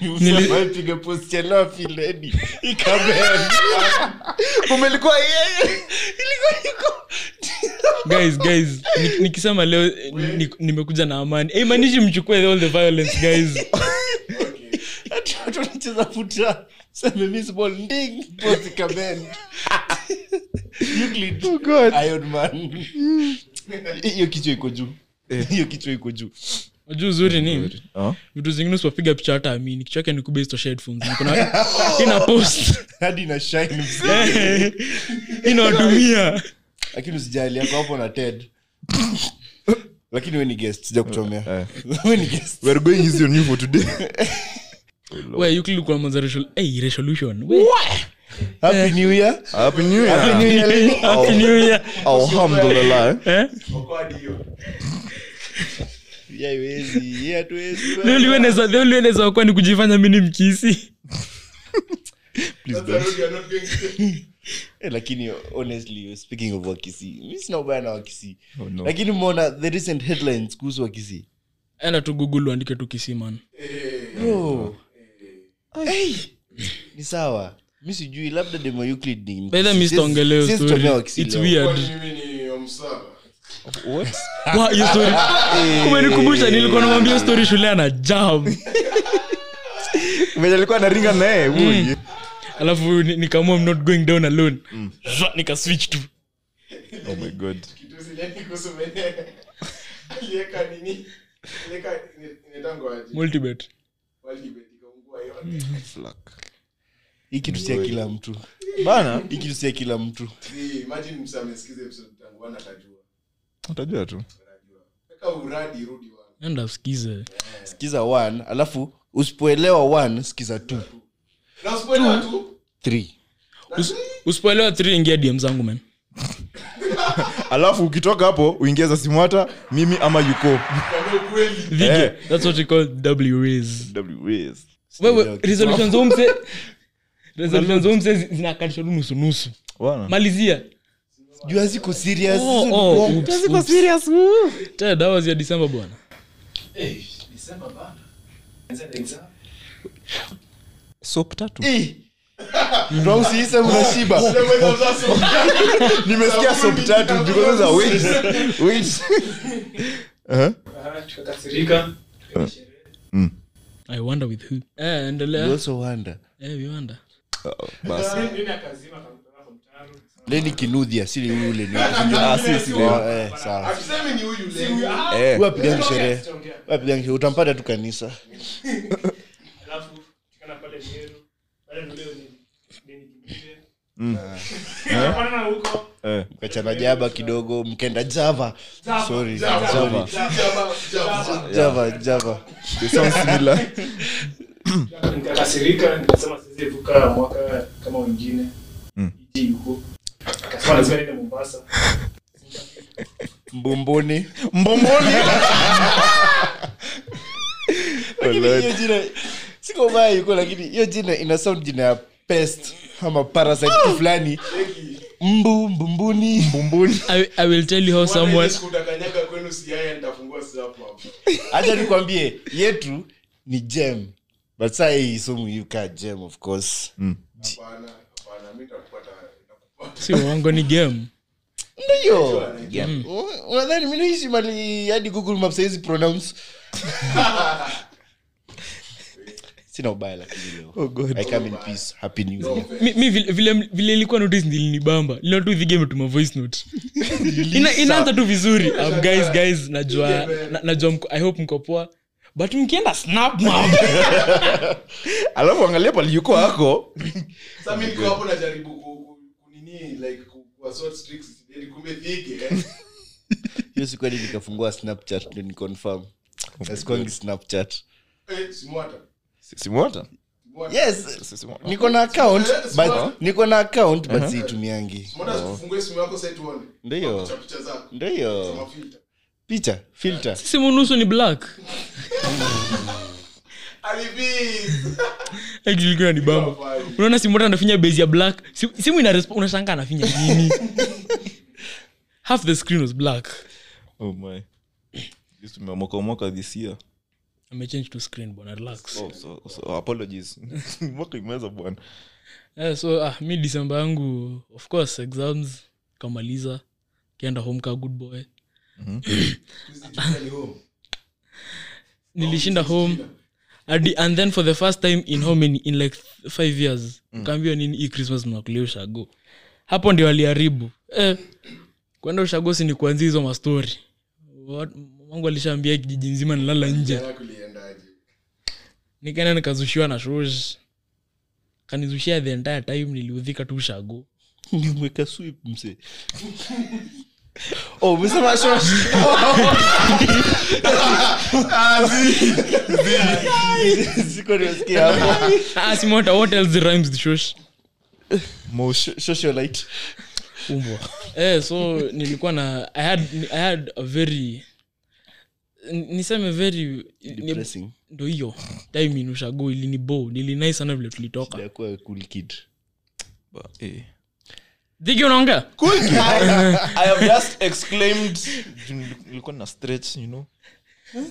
Speaker 3: Nili-
Speaker 1: pige post ya leo feel hedi ikamea
Speaker 2: umelikuwa yeye
Speaker 3: guys guys ni- nikisema leo eh, ni- nimekuja na amani hey, manishi mchukue all the violence guys
Speaker 1: Ati watu wanacheza futa seme miss ball nding post ikamea Euclid.
Speaker 2: oh god
Speaker 1: Iron Man. hiyo kichwa iko juu
Speaker 2: Eh.
Speaker 1: hiyo kichwa iko juu
Speaker 3: najuu uzuri ni
Speaker 2: oh
Speaker 3: vitu zingine usipopiga picha hata amini kichwa yake ni kubased headphones Niko na- ina post
Speaker 1: hadi na shine mzee.
Speaker 3: Eh, inawadumia
Speaker 1: lakini usijali yako hapo na ted lakini we ni guest sijakuchomea
Speaker 2: eh.
Speaker 1: we ni guest
Speaker 2: we are going easy on you for today
Speaker 3: We, Euclid kwa manza resol- hey, resolution We, Eh.
Speaker 1: happy new year
Speaker 2: happy new
Speaker 3: Ah.
Speaker 1: happy new year
Speaker 2: year
Speaker 1: Lenny.
Speaker 3: Happy New Year.
Speaker 2: alhamdulillah eh.
Speaker 3: Eh?
Speaker 4: Okoa hadi hiyo
Speaker 1: Yeah, haiwezi. Yeah, hatuwezi.
Speaker 3: The only way naweza- the only way naweza kuwa ni kujifanya mimi ni mkisi
Speaker 2: please
Speaker 4: That's
Speaker 2: don't
Speaker 4: why you are not going to-
Speaker 1: Eh, lakini honestly speaking of wakisi mi sina ubaya na wakisi
Speaker 2: Oh, no.
Speaker 1: lakini mona the recent headlines kuhusu wakisi
Speaker 3: enda tu google uandike tu kisi man
Speaker 1: bro hey. ni sawa mi sijui labda demo Euclid ni
Speaker 3: By the way,
Speaker 1: Mkisi.
Speaker 3: mi sitaongelea hiyo
Speaker 1: Siwezi
Speaker 3: story.
Speaker 1: chomea wakisi
Speaker 3: It's
Speaker 1: leo.
Speaker 3: weird.
Speaker 4: Kwani mimi ni omsara
Speaker 2: what
Speaker 3: Wa, hiyo story- umenikumbusha nilikuwa namwambia hiyo story shule ana jam
Speaker 2: Mwenye alikuwa anaringa naye huyu.
Speaker 3: alafu ni- nikaamua I'm not going down alone Zwa, nikaswitch tu
Speaker 2: oh my god
Speaker 4: kitu siliani kuhusu mwenyewe alieka nini alieka inaitangwa aje
Speaker 3: multibet
Speaker 4: walibet ikaungua yote
Speaker 2: Flak.
Speaker 1: hii kitu sia kila mtu
Speaker 2: bana
Speaker 1: hii kitu sia kila mtu
Speaker 4: Ni, imagine msa amesikiza episode tangu wana atajua
Speaker 2: utajua tu
Speaker 4: atajua weka uradi rudi wana
Speaker 3: enda usikize
Speaker 1: sikiza one alafu usipoelewa one sikiza two
Speaker 4: na usipoelewa tu
Speaker 1: three
Speaker 3: Us- usipoelewa three ingia dm zangu man
Speaker 2: alafu ukitoka hapo uingie za simwata mimi ama yuko
Speaker 4: kama ukweli
Speaker 3: Vige.
Speaker 2: Eh.
Speaker 3: That's what we call WAs.
Speaker 2: WS.
Speaker 3: wewe resolutions huu mse resolutions huu mse zi- zinakalishwa tu nusu nusu
Speaker 2: Bana.
Speaker 3: malizia
Speaker 1: juu haziko serious
Speaker 3: Oh,
Speaker 1: Hizo
Speaker 3: oh,
Speaker 1: ni bongo.
Speaker 3: oops, oops. Ted, how was your December bwana
Speaker 1: Eh. Wrong system unashiba.
Speaker 2: nimesikia sop tatu because za wait wait Eh?
Speaker 3: i wonder with who eh
Speaker 1: You
Speaker 3: endelea
Speaker 1: also wonder.
Speaker 3: eh we wonder
Speaker 2: Basi.
Speaker 1: Lenny Kinuthia, si huyu Lenny. Ah, si, si Lenny. Oh, eh, sawa.
Speaker 4: Tuseme ni huyu leo
Speaker 2: Eh.
Speaker 1: Huyu apigangi sherehe. Huyu apigangi sherehe. utampata tu kanisa
Speaker 2: Eh.
Speaker 1: mkachana jaba kidogo mkenda java Sorry, Java.
Speaker 4: Java, Java.
Speaker 1: java java
Speaker 2: They sound similar.
Speaker 6: nikakasirika nikasema siwezi epuka mwaka kama wengine iji huko kasema lazima niende mombasa
Speaker 1: mbomboni
Speaker 2: mbomboni
Speaker 1: Lakini hiyo jina siko baya yuko lakini hiyo jina ina sound jina ya pest ama parasite fulani mbu Ah! mbumbuni mbumbuni
Speaker 3: I, i will tell you how someone
Speaker 4: Wana kutakanyaga kwenu siaya nitafungua sapo hapo
Speaker 1: hacha nikwambie yetu ni gem but saa hii isomu yu ka gem of course
Speaker 4: hapana hapana mimi nitakupata nitakupata
Speaker 3: si wango ni game
Speaker 1: ndiyo U- Mm. unadhani mi naishi mali hadi google maps haizi pronounce sina ubaya lakini leo
Speaker 2: Oh God.
Speaker 1: i come in peace happy new year
Speaker 3: mi mi vile- vile vile ilikuwa notice nilinibamba lina tu vigame tuma voice note Ina- inaanza tu vizuri um, guys guys najua na- najua mko, i hope mko poa but mkienda snap mom
Speaker 2: alafu angalia paliyuko wako
Speaker 4: Sasa mimi niko hapo najaribu ku- ku- kunini, like, ku- kuwa sort tricks, ili kumbe thiki, eh.
Speaker 1: hiyo siku hadi nikafungua snapchat ndo niconfirm asikwangi snapchat
Speaker 4: Eh, simwata.
Speaker 2: simwata
Speaker 4: Simwata.
Speaker 1: yes niko na account but niko na account
Speaker 2: Uh-huh.
Speaker 1: but siitumiangi
Speaker 4: Simwata, ufungue simu yako sasa tuone.
Speaker 1: Ndiyo.
Speaker 4: Picha- picha zako.
Speaker 1: ndo hiyo
Speaker 4: Mafilter.
Speaker 1: picha filter
Speaker 3: simu nusu ni black
Speaker 4: Alibis.
Speaker 3: Like, ilikuwa ni bamba unaona simu hata anafinya base ya black Simu- simu ina resp- unashangaa anafinya nini half the screen was black
Speaker 2: oh my Just tumemokamoka this year
Speaker 3: amechange to screen bwana relax
Speaker 2: oh, so, so, apologies mwaka imeweza bwana
Speaker 3: Eh, so ah, mi disemba yangu of course exams kamaliza kienda home ka good boy
Speaker 4: Oh,
Speaker 3: nilishinda home Adi, and then for the first time in how many in like th- five years mm. kaambiwa nini hii christmas mnakulia ushago hapo ndio waliharibu eh, kwenda ushago si ni kuanzia hizo mastori Wat- mungu alishaambia kijiji nzima nilala nje
Speaker 4: Kuliendaje?
Speaker 3: nikaenda nikazushiwa na shosh kanizushia the entire time niliudhika tu ushago
Speaker 1: nimweka swip mse oh umesema shosh siko nimesikia hapo
Speaker 3: ah, simota what else rhymes with shosh
Speaker 1: Sho- socialite
Speaker 3: umbwa eh, so nilikuwa na i had, I had a very n- niseme very ni-
Speaker 1: depressing
Speaker 3: ndo hiyo time inushago ilinibo nilinai sana vile tulitoka
Speaker 1: yakuwa cool kid
Speaker 2: But, eh.
Speaker 3: dhigi unaongea
Speaker 2: I have just exclaimed nilikuwa na stretch you know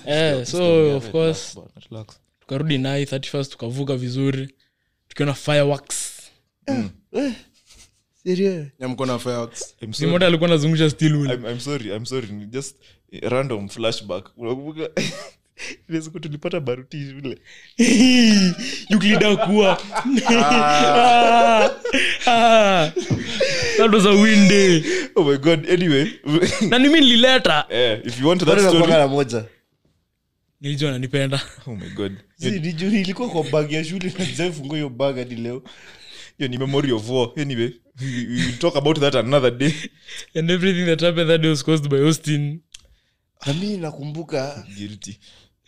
Speaker 3: eh, so of
Speaker 2: Relax,
Speaker 3: course
Speaker 2: bwana, relax.
Speaker 3: tukarudi nai 31st tukavuka vizuri tukiona fireworks
Speaker 4: Na mko na fireworks.
Speaker 2: I'm sorry.
Speaker 3: simota alikuwa nazungusha stilwil
Speaker 2: I'm, I'm sorry I'm sorry ni just a random flashback unakumbuka ile siku tulipata baruti shule
Speaker 3: yuklida kuwa Ah, ah. that was a win day
Speaker 2: oh my god anyway
Speaker 3: na nimi nilileta
Speaker 2: eh, if you want that
Speaker 1: bado nakuanga
Speaker 2: story
Speaker 1: na moja
Speaker 3: nilijua nanipenda
Speaker 2: oh my god
Speaker 1: Si, ni juu ilikuwa kwa bag ya shule najaifungua hiyo bag hadi leo
Speaker 2: hiyo ni memory of war anyway we, we will talk about that another day
Speaker 3: and everything that happened that day was caused by austin
Speaker 1: na mimi nakumbuka
Speaker 2: guilty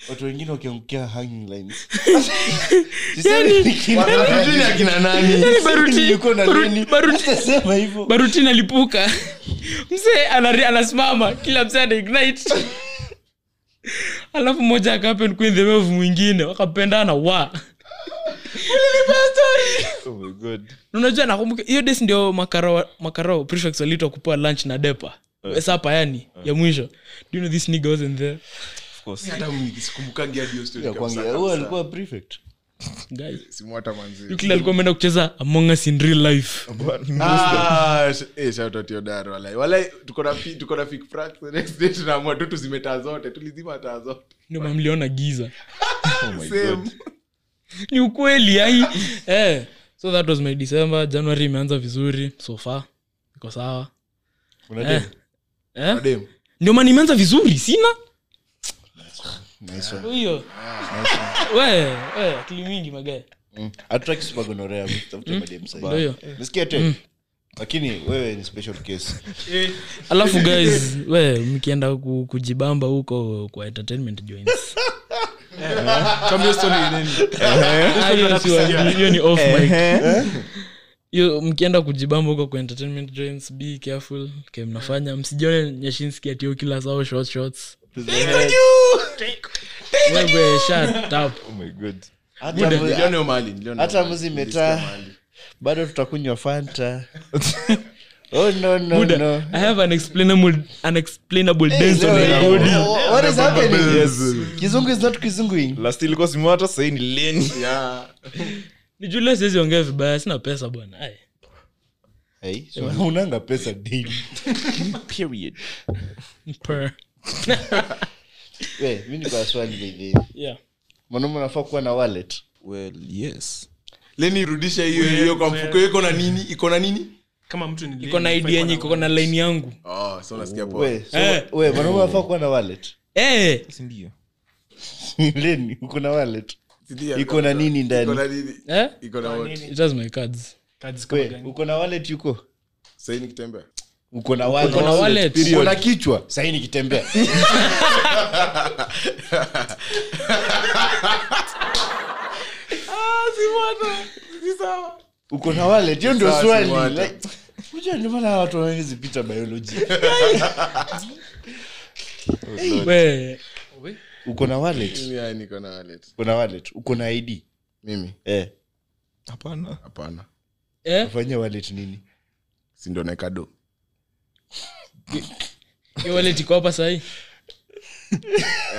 Speaker 1: watu wengine wakiangukia hanging lines
Speaker 3: Yani-
Speaker 1: sisemi akina
Speaker 3: Yani baruti-
Speaker 1: yuko na
Speaker 3: baruti-
Speaker 1: nini
Speaker 3: baruti-
Speaker 1: sema hivyo
Speaker 3: baruti nalipuka msee anari- anasimama kila msee ana ignite alafu moja akapen queen the wave mwingine wakapendana wa
Speaker 2: oh my god
Speaker 3: Na unajua nakumbuka hiyo des ndio makarao makarao prefects waliitwa kupewa lunch na depa sapa yani ya mwisho do you know this nigga wasn't there
Speaker 2: of course
Speaker 5: hata mimi sikumbukangi hadi hiyo story
Speaker 1: Ya
Speaker 5: kabisa,
Speaker 1: kwanza, huyo
Speaker 5: kabisa.
Speaker 1: "Oh, alikuwa prefect
Speaker 3: guy
Speaker 4: Simwata manzi.
Speaker 3: yule alikuwa ameenda kucheza among us in real life
Speaker 4: Ah, sh- eh, shout out Yodaro, walai. Walai, tuko na fi- tuko na fake fracks, the next day tunaamua tu tuzime taa zote tulizima taa zote
Speaker 3: ndio mamliona giza
Speaker 2: oh my god
Speaker 4: Same.
Speaker 3: ni ukweli ai eh, so that was my december january imeanza vizuri so far iko sawa eh. eh?
Speaker 4: Madem.
Speaker 3: ndio maana imeanza vizuri sina
Speaker 1: Nice one.
Speaker 3: hiyo we we akili mingi magae
Speaker 1: Mm. hatutaki supagonorea tafute madem sahi.
Speaker 3: ndio hiyo
Speaker 1: Nasikia te lakini wewe ni special case
Speaker 3: alafu guys we mkienda ku, kujibamba huko kwa entertainment joints
Speaker 5: Tuambie story ni nini?
Speaker 2: Eh,
Speaker 3: Ah, hiyo siwaambii, hiyo ni off mic hiyo mkienda kujibamba huko kwa entertainment joints be careful ke mnafanya msijione nyashinski atio kila sao short shots wewe shut up
Speaker 2: oh my god
Speaker 1: Hata
Speaker 4: Niliona
Speaker 1: mwe-
Speaker 4: hiyo mali, niliona
Speaker 1: hata
Speaker 4: hiyo mali.
Speaker 1: mzi
Speaker 4: Nilisikia
Speaker 1: metaa
Speaker 4: mali.
Speaker 1: bado tutakunywa fanta oh no no
Speaker 3: Buda,
Speaker 1: no
Speaker 3: I have an explainable, unexplainable
Speaker 1: Hey,
Speaker 3: dance on
Speaker 1: leo,
Speaker 3: my
Speaker 1: leo,
Speaker 3: body.
Speaker 1: oh, oh, what is happening?
Speaker 2: Yes.
Speaker 1: kizungu is not kizunguing
Speaker 2: last ilikuwa simwata sahii ni leni
Speaker 4: Yeah.
Speaker 3: nijulia siwezi ongea vibaya sina pesa bwana Ai.
Speaker 1: Hey, so unanga pesa daily period
Speaker 3: Per.
Speaker 1: we mi niko na swali by the way.
Speaker 3: Yeah.
Speaker 1: mwanaume unafaa kuwa na wallet
Speaker 2: well yes
Speaker 4: leni rudisha hiyo hiyo kwa mfuko hiyo iko na nini iko na nini
Speaker 5: kama mtu ni
Speaker 3: iko na id yenye iko na line yangu
Speaker 4: oh so nasikia poa
Speaker 1: we so,
Speaker 3: Eh.
Speaker 1: we mwanaume afaa kuwa na wallet
Speaker 3: eh
Speaker 2: sindio
Speaker 1: leni uko na wallet
Speaker 4: Sidia,
Speaker 1: iko na nini
Speaker 4: iko na
Speaker 1: ndani
Speaker 4: nini
Speaker 3: eh
Speaker 4: iko na wote
Speaker 3: it has my cards
Speaker 5: cards kama
Speaker 1: we
Speaker 5: gani
Speaker 1: uko na wallet yuko
Speaker 4: sasa ni kitembea
Speaker 1: uko na
Speaker 3: Uko na wallet.
Speaker 1: wallet uko na kichwa sahii nikitembea uko na wallet hiyo ndio
Speaker 4: Sasa
Speaker 1: swali
Speaker 4: siwata.
Speaker 1: like, unajua ndio maana watu hawawezi pita biology
Speaker 3: we
Speaker 1: uko na wallet
Speaker 4: mimi haya niko na wallet
Speaker 1: uko na wallet uko na id
Speaker 4: mimi
Speaker 1: eh
Speaker 2: hapana
Speaker 4: hapana
Speaker 3: eh
Speaker 1: fanyia wallet nini
Speaker 4: si ndio nekado
Speaker 3: hiyo wallet iko hapa sahi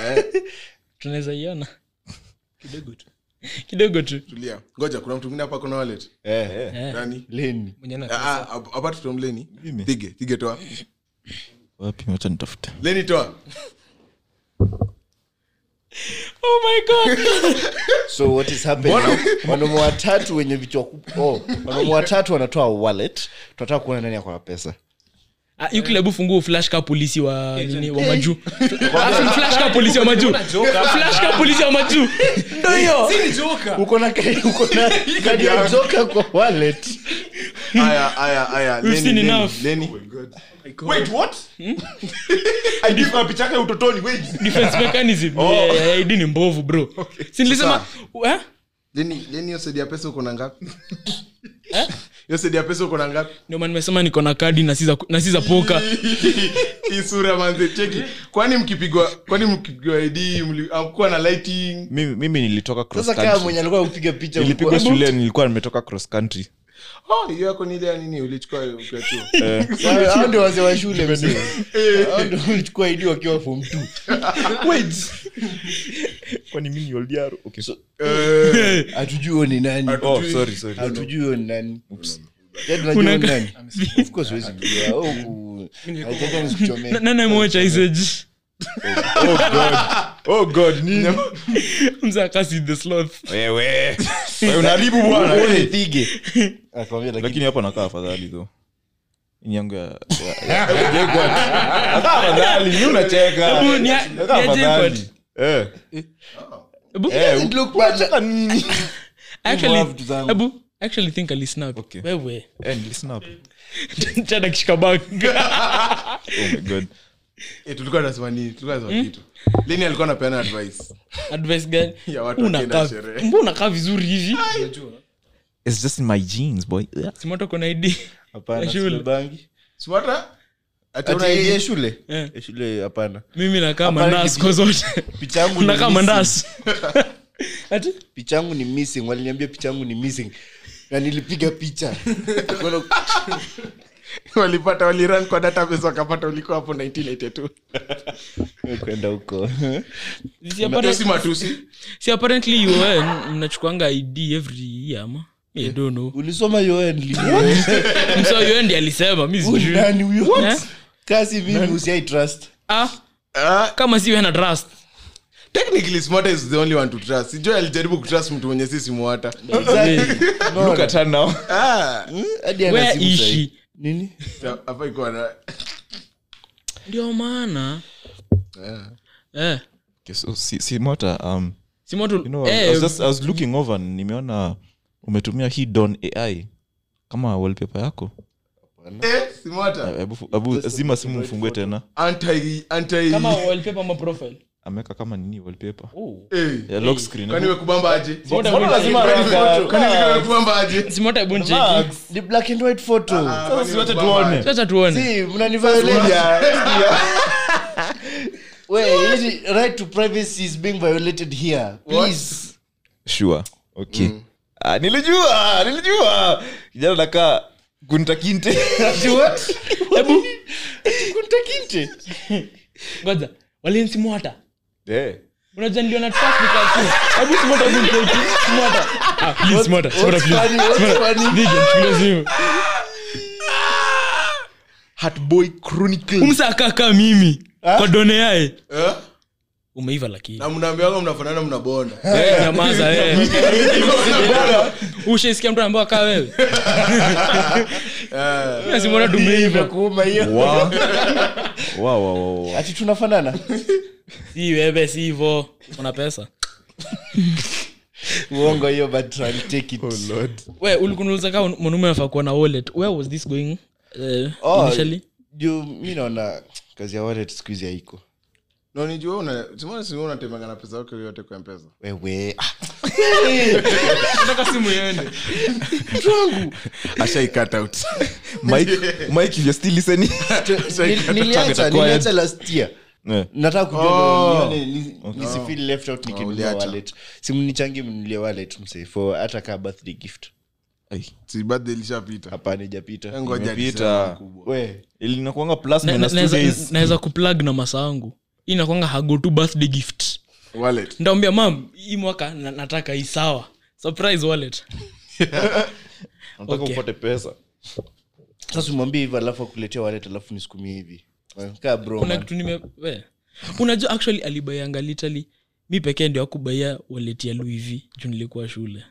Speaker 1: Eh.
Speaker 3: tunaweza iona
Speaker 5: kidogo tu
Speaker 3: kidogo tu
Speaker 4: tulia ngoja kuna mtu mwingine hapa kuna wallet
Speaker 1: eh, eh.
Speaker 3: Eh.
Speaker 4: nani
Speaker 1: leni
Speaker 5: mwenye
Speaker 4: Ah,
Speaker 5: na
Speaker 4: ah, ap- apart from leni
Speaker 2: Mimi.
Speaker 4: pige pige toa
Speaker 2: wapi wacha nitafuta
Speaker 4: leni toa
Speaker 3: oh my god
Speaker 1: so what is happening wanaume watatu wenye vichwa ku- oh, wanaume watatu wanatoa wallet tunataka kuona nani akona pesa
Speaker 3: Ah,
Speaker 4: Eh.
Speaker 3: hiyo kilabu funguo flash ka polisi wa nini wa majuu Alafu ni flash ka polisi wa majuu flash ka polisi wa majuu ndio hiyo
Speaker 1: uko na ka- uko na kadi ya joka kwa wallet
Speaker 4: haya haya haya
Speaker 3: We've
Speaker 4: leni
Speaker 3: seen
Speaker 4: leni
Speaker 3: enough.
Speaker 2: Oh
Speaker 3: Hmm?
Speaker 4: leni
Speaker 5: wait
Speaker 3: defense mechanism
Speaker 4: Oh.
Speaker 3: Yeah, yeah, ID ni mbovu bro si nilisema eh?
Speaker 4: leni leni hiyo sedi ya pesa uko na ngapi
Speaker 3: Eh?
Speaker 4: hiyo sedi ya pesa uko na ngapi
Speaker 3: ndio maana nimesema niko na kadi na si za- na si za poka
Speaker 4: hii sura manze cheki kwani mkipigwa kwani mkipigwa id mlikuwa na lighting
Speaker 2: mimi, mimi nilitoka cross
Speaker 1: sasa kama
Speaker 2: country.
Speaker 1: mwenye alikuwa kupiga picha
Speaker 2: nilipigwa
Speaker 1: ulikuwa-
Speaker 2: shule nilikuwa nimetoka cross country
Speaker 4: oh hiyo yako ni ile ya nini ulichukua ukiwa chuo
Speaker 2: Eh.
Speaker 1: Wale- hao ndio wazee wa shule mzee. Hao ndio walichukua ID wakiwa form two.
Speaker 2: kwani mi ni oldiaro okay. so,
Speaker 4: Eh,
Speaker 1: hatujui huyo ni nani
Speaker 2: oh, sorry, sorry.
Speaker 1: hatujui huyo ni nani Je, tunajua
Speaker 3: Kuna
Speaker 1: huyo ni
Speaker 3: ka-
Speaker 1: nani? Of course huwezi kujua. Au ku- Haitaka nisikuchomee.
Speaker 3: Na- nani amwacha iseji
Speaker 2: oh god oh god nini
Speaker 3: mzakasi the sloth
Speaker 2: wewe Wewe unaharibu bwana
Speaker 1: Wewe
Speaker 2: wewe.
Speaker 1: nipige. Akamwambia, lakini-
Speaker 2: lakini hapo nakaa afadhali tho yangu ya
Speaker 4: Ah.
Speaker 3: Hebu ni- ni aje kwani?
Speaker 2: Eh.
Speaker 3: Hebu-
Speaker 4: Eh,
Speaker 1: It look bad.
Speaker 3: actually-
Speaker 1: Hebu vitu zangu.
Speaker 3: hebu, actually think alisnap
Speaker 2: Okay.
Speaker 3: wewe
Speaker 2: Eh, Oh
Speaker 3: chana kishika banga
Speaker 4: eh, tulikuwa nasema nini tulikuwa nasema kitu leni alikuwa anapeana advice
Speaker 3: advice gani
Speaker 4: ya watu wakienda
Speaker 3: unakaa
Speaker 4: sherehe
Speaker 3: mbona unakaa vizuri hivi
Speaker 2: It's just in my jeans, boy.
Speaker 3: simata kona id
Speaker 1: Hapana,
Speaker 3: Shule.
Speaker 1: sio bangi.
Speaker 4: siwata
Speaker 1: Ati
Speaker 4: ataona
Speaker 1: ya
Speaker 4: yeye
Speaker 1: shule
Speaker 3: Eh.
Speaker 1: Ya shule hapana
Speaker 3: mimi nakaa
Speaker 1: Hapana,
Speaker 3: mandas
Speaker 1: ni-
Speaker 3: kwa zote
Speaker 1: picha yangu ni
Speaker 3: unakaa
Speaker 1: missing.
Speaker 3: mandas ati
Speaker 1: picha yangu ni missing waliniambia picha yangu ni missing na nilipiga picha Nikaona-
Speaker 4: walipata waliran kwa database wakapata ulikuwa hapo 1982
Speaker 1: kwenda huko
Speaker 3: si apparent-
Speaker 4: si matusi
Speaker 3: si apparently un mnachukuanga id every year ama Mi, I don't know.
Speaker 1: ulisoma yoenli
Speaker 3: Msa UN ndiye alisema mi sijui.
Speaker 1: nani huyo
Speaker 3: Eh?
Speaker 1: kasi mimi usiai trust
Speaker 3: Ah,
Speaker 4: Ah,
Speaker 3: kama si wewe na trust
Speaker 4: technically smart is the only one to trust sijui alijaribu kutrust mtu mwenye sisi mwata
Speaker 3: Eh.
Speaker 1: Exactly. Unaona?
Speaker 4: ah
Speaker 1: Hmm? Hadi ana
Speaker 3: Where
Speaker 1: simu
Speaker 3: is
Speaker 1: sahi.
Speaker 3: she?
Speaker 1: nini
Speaker 4: hapa iko na
Speaker 3: ndio maana
Speaker 4: Ah.
Speaker 3: eh,
Speaker 2: Okay, so, oh, si, si Mota, um,
Speaker 3: si moto
Speaker 2: you know, I,
Speaker 3: eh,
Speaker 2: was just, I was looking over and nimeona umetumia hii Don AI kama wallpaper yako.
Speaker 4: eh si mwata
Speaker 2: Hebu fu- hebu zima simu ufungue tena.
Speaker 4: anti anti
Speaker 3: kama wallpaper ama profile
Speaker 2: Ameweka kama nini wallpaper?
Speaker 3: oh.
Speaker 4: eh
Speaker 2: Ya lock screen.
Speaker 4: kwani
Speaker 2: hebu-
Speaker 4: wekubamba aje
Speaker 3: Mbona
Speaker 1: Mbona
Speaker 3: lazima
Speaker 1: lazima
Speaker 4: Kwani-
Speaker 1: anaweka-
Speaker 4: kwani wekubamba aje
Speaker 3: si moto hebu nicheki.
Speaker 1: ni black and white photo
Speaker 4: Kwani
Speaker 2: si
Speaker 4: wekubamba
Speaker 2: wacha tuone.
Speaker 4: aje?
Speaker 3: sasa tuone
Speaker 1: si mnaniviolate we hizi right to privacy is being violated here please
Speaker 2: Sure. Okay. Ah, nilijua, nilijua. Kijana nakaa Gunta Kinte.
Speaker 3: hebu
Speaker 1: kuntakinte
Speaker 3: ngoja walinzi mwata
Speaker 2: Eh.
Speaker 3: unajua niliona trust because hebu si moto hebu nicheki. Si moto. ah please si moto si moto please
Speaker 1: Funny, what's funny?
Speaker 3: Nige, chukulia simu.
Speaker 2: Hatboy Chronicle.
Speaker 3: umsa akakaa mimi kwa done yae
Speaker 4: Eh?
Speaker 3: umeiva lakini
Speaker 4: na mnaambiwanga mnafanana mnabona
Speaker 3: Eh, nyamaza wewe. ushaisikia mtu ambao kaa wewe nasimona dumeiva
Speaker 1: imekuuma hiyo
Speaker 2: Wa- wa- wa- wa- wa.
Speaker 1: ati tunafanana
Speaker 3: si wewe si hivo una pesa
Speaker 1: uongo hiyo but I'll take
Speaker 3: Oh,
Speaker 1: it.
Speaker 3: we ulikunuliza kaa mwanaume anafaa kuwa na wallet where was this going eh,
Speaker 1: Oh,
Speaker 3: initially
Speaker 1: juu mi naona kazi ya wallet siku hizi haiko
Speaker 4: nanijuasimona unatemega na pesa yako yote kwa mpesa
Speaker 1: wewe ah,
Speaker 5: nataka simu iende
Speaker 2: Mike, Mike, if you're still listening.
Speaker 1: nil- niliacha niliacha last year
Speaker 2: Eh.
Speaker 1: nataka
Speaker 4: Oh.
Speaker 1: kujonisifil left out nikinunua
Speaker 4: uliacha.
Speaker 1: wallet simnichangi mnulie wallet mse for hata kaa birthday gift
Speaker 2: Ai,
Speaker 4: sibadhi ilishapita Eh,
Speaker 1: hapana ijapita
Speaker 4: Ngoja
Speaker 2: Imepita.
Speaker 4: niseme kubwa.
Speaker 1: we
Speaker 2: ilinakuanga plus
Speaker 3: Na- na-
Speaker 2: minus two
Speaker 3: naweza-
Speaker 2: days.
Speaker 3: naweza kuplug na masa wangu hii nakwanga hago tu birthday gift
Speaker 4: Wallet.
Speaker 3: ntaambia mam hii mwaka na- nataka hii sawa surprise wallet
Speaker 2: Nataka
Speaker 3: Okay.
Speaker 2: upate pesa
Speaker 1: sasa umwambie hivyo alafu akuletea wallet alafu nisukumie hivi We, kaa bro
Speaker 3: kuna
Speaker 1: man.
Speaker 3: kitu nime we. unajua actually alibaianga litali mi pekee ndio akubaia wallet ya luiv juu nilikuwa shule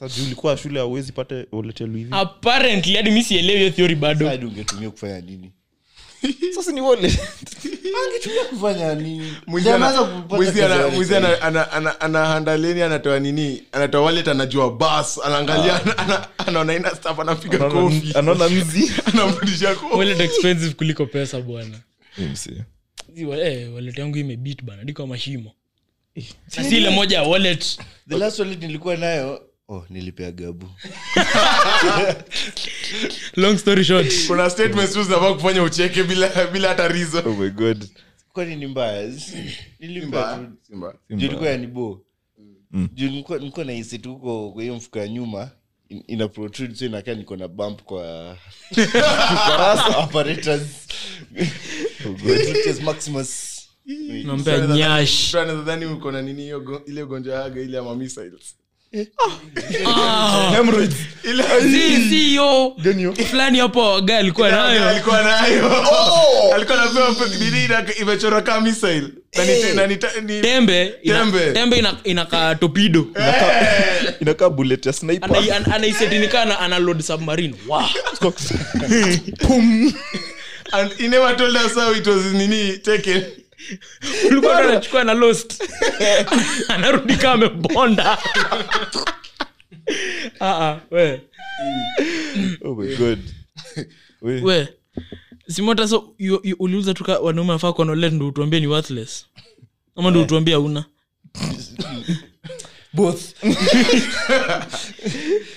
Speaker 2: Sasa juu ulikuwa shule auwezi pate ulete hivi
Speaker 3: apparently hadi mi sielewi hiyo theory bado
Speaker 1: hadi ungetumia kufanya nini
Speaker 2: sasa ni wale
Speaker 1: angetumia kufanya nini
Speaker 4: Mwizi ana- mwizi ana- mwizi ana- ana- ana- anahandaleni anatoa nini anatoa walet anajua bas anaangalia ana- ana- anaona ina staff anapiga kofi
Speaker 2: Ah. anaona mzi
Speaker 4: anamrudisha kofi
Speaker 3: wallet expensive kuliko pesa bwana
Speaker 2: Msi.
Speaker 3: Si wa- eh, wallet yangu imebit bana hadi kwa mashimo na si ile moja ya wallet
Speaker 1: the last wallet nilikuwa nayo oh nilipea gabu
Speaker 3: long story short
Speaker 4: kuna statements tu zinafaa kufanya ucheke bila bila hata rizo
Speaker 2: oh my god
Speaker 1: kwani ni mbaya nilipea tu Juu ilikuwa ya nibo
Speaker 2: Mm.
Speaker 1: juu nilikuwa nilikuwa nahisi tu huko kwa hiyo mfuko ya nyuma in- ina protrude so inakaa niko na bump kwa karasa apparatus Apparatus maximus
Speaker 3: nampea nyash
Speaker 4: nadhani uko na nini hiyo go- ile ugonjwa ya haga ile ama missiles
Speaker 3: Ah,
Speaker 2: hemorrhoids
Speaker 4: ile
Speaker 3: si-
Speaker 4: Mm.
Speaker 3: si hiyo
Speaker 2: Genio.
Speaker 3: fulani hapo waga alikuwa nayo
Speaker 4: alikuwa nayo
Speaker 2: Oh!
Speaker 4: alikuwa napewa pe- nini ina- imechora kaa missile Na
Speaker 2: Eh.
Speaker 4: ni- na ni- ni-
Speaker 3: tembe ina-
Speaker 4: Tembe.
Speaker 3: tembe ina- inakaa topido
Speaker 2: inakaa bullet ya sniper
Speaker 3: anaisetinikana ana load submarine wow.
Speaker 4: and he never told us how it was nini taken
Speaker 3: ulikuwa tu anachukua na lost anarudi kaa amebonda Ah, ah, we.
Speaker 2: oh my god We-
Speaker 3: we simota so you- you- uliuza tuka wanaume anafaa kuanalet ndo utuambie ni worthless ama ndo utuambie hauna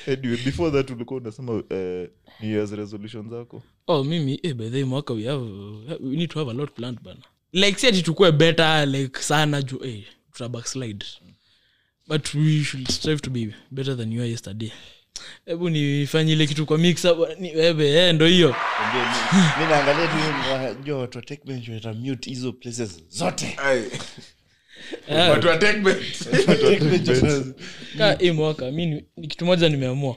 Speaker 2: anyway before that ulikuwa unasema eh, new year's resolution zako
Speaker 3: oh mimi eh, by the way, mwaka we have we need to have a lot planned bana like si ati tukue better like sana juu eh, tuta backslide but we should strive to be better than you are yesterday hebu nifanye ile kitu kwa mix up ni wewe eh, ndo hiyo
Speaker 1: Ndio, mi- mi naangalia tu wanajua watu wa techbench watamute hizo places zote
Speaker 3: Eh,
Speaker 4: watu wa tech bet
Speaker 3: ka hii mwaka mi ni- ni kitu moja nimeamua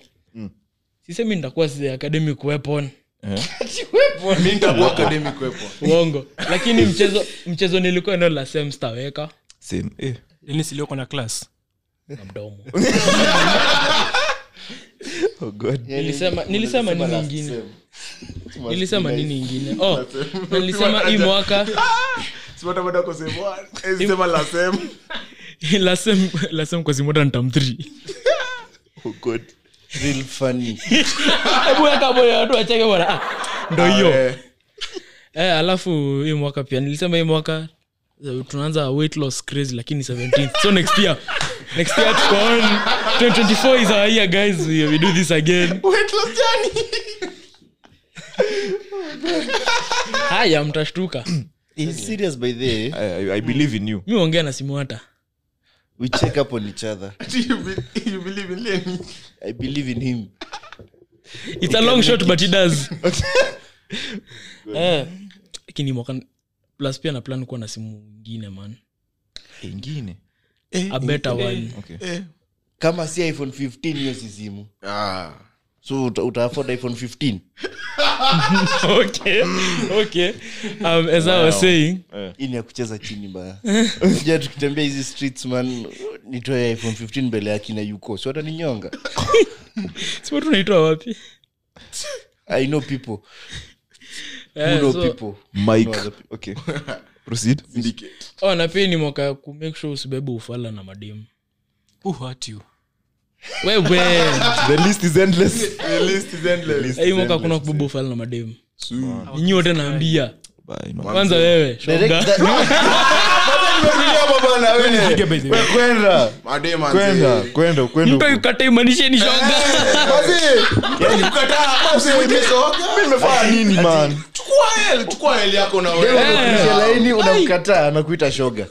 Speaker 3: sisemi nitakuwa si academic weapon
Speaker 4: mi nitakuwa academic wepo
Speaker 3: uongo lakini mchezo mchezo nilikuwa eneo la sem staweka
Speaker 2: same eh
Speaker 5: yani silioko na class
Speaker 3: na mdomo
Speaker 2: oh god
Speaker 3: nilisema nilisema nini
Speaker 1: Last
Speaker 3: ingine
Speaker 1: sem.
Speaker 3: nilisema nini ingine oh na nilisema hii mwaka
Speaker 4: sipata bado kwa sehemu one. Eh, sema la sehemu
Speaker 3: la sem la sem kwa simota nitam
Speaker 2: oh god
Speaker 1: Real funny.
Speaker 3: hebu weka boy watu wacheke bwana Ah, ndo hiyo
Speaker 4: Eh,
Speaker 3: eh alafu hii mwaka pia nilisema hii mwaka eh, tunaanza weight loss crazy lakini 17 so next year next year tuko on 2024 is our year guys we, we do this again
Speaker 4: weight loss journey.
Speaker 3: haya mtashtuka
Speaker 1: He's serious by the way.
Speaker 2: I, I- i believe in you
Speaker 3: mi ongea na simu hata
Speaker 1: We check up on each other.
Speaker 4: Do you be- you believe in Lenny?
Speaker 1: I believe in him.
Speaker 3: it's a long shot but it does eh lakini mwaka plus pia na plan kuwa na simu ingine man
Speaker 2: ingine
Speaker 5: Eh,
Speaker 3: a better one
Speaker 2: okay
Speaker 1: Kama si iPhone 15 hiyo si simu.
Speaker 4: Ah.
Speaker 1: So uta, uta afford iPhone 15.
Speaker 5: eh.
Speaker 3: okay okay um, as i was saying
Speaker 1: ini ya kucheza chini baya ja tukitembea hizi streets man nitoe iphone 15 mbele ya kina yuko si wataninyonga
Speaker 3: sipot unaitwa wapi
Speaker 1: i know people
Speaker 3: Eh,
Speaker 1: who know
Speaker 3: so-
Speaker 1: people
Speaker 2: mike
Speaker 1: No,
Speaker 2: okay proceed
Speaker 3: oh, na pia ni mwaka ku make sure usibebe ufala na mademu
Speaker 5: Who hurt you?
Speaker 3: wewe
Speaker 2: the list is endless
Speaker 3: hii mwaka kuna kubeba ufala na mademu
Speaker 2: Wow.
Speaker 3: nyinyi wote naambia
Speaker 2: Bye, no.
Speaker 3: kwanza wewe
Speaker 1: Direct
Speaker 3: shoga.
Speaker 1: that- Kwenda. Kwenda, kwenda, kwenda
Speaker 3: mpe
Speaker 2: huko.
Speaker 3: kata imanisheni shoga
Speaker 4: Yaani,
Speaker 1: Ah,
Speaker 2: Nimefanya nini man
Speaker 1: Wewe
Speaker 3: Eh.
Speaker 1: unakuja laini unamkataa anakuita shoga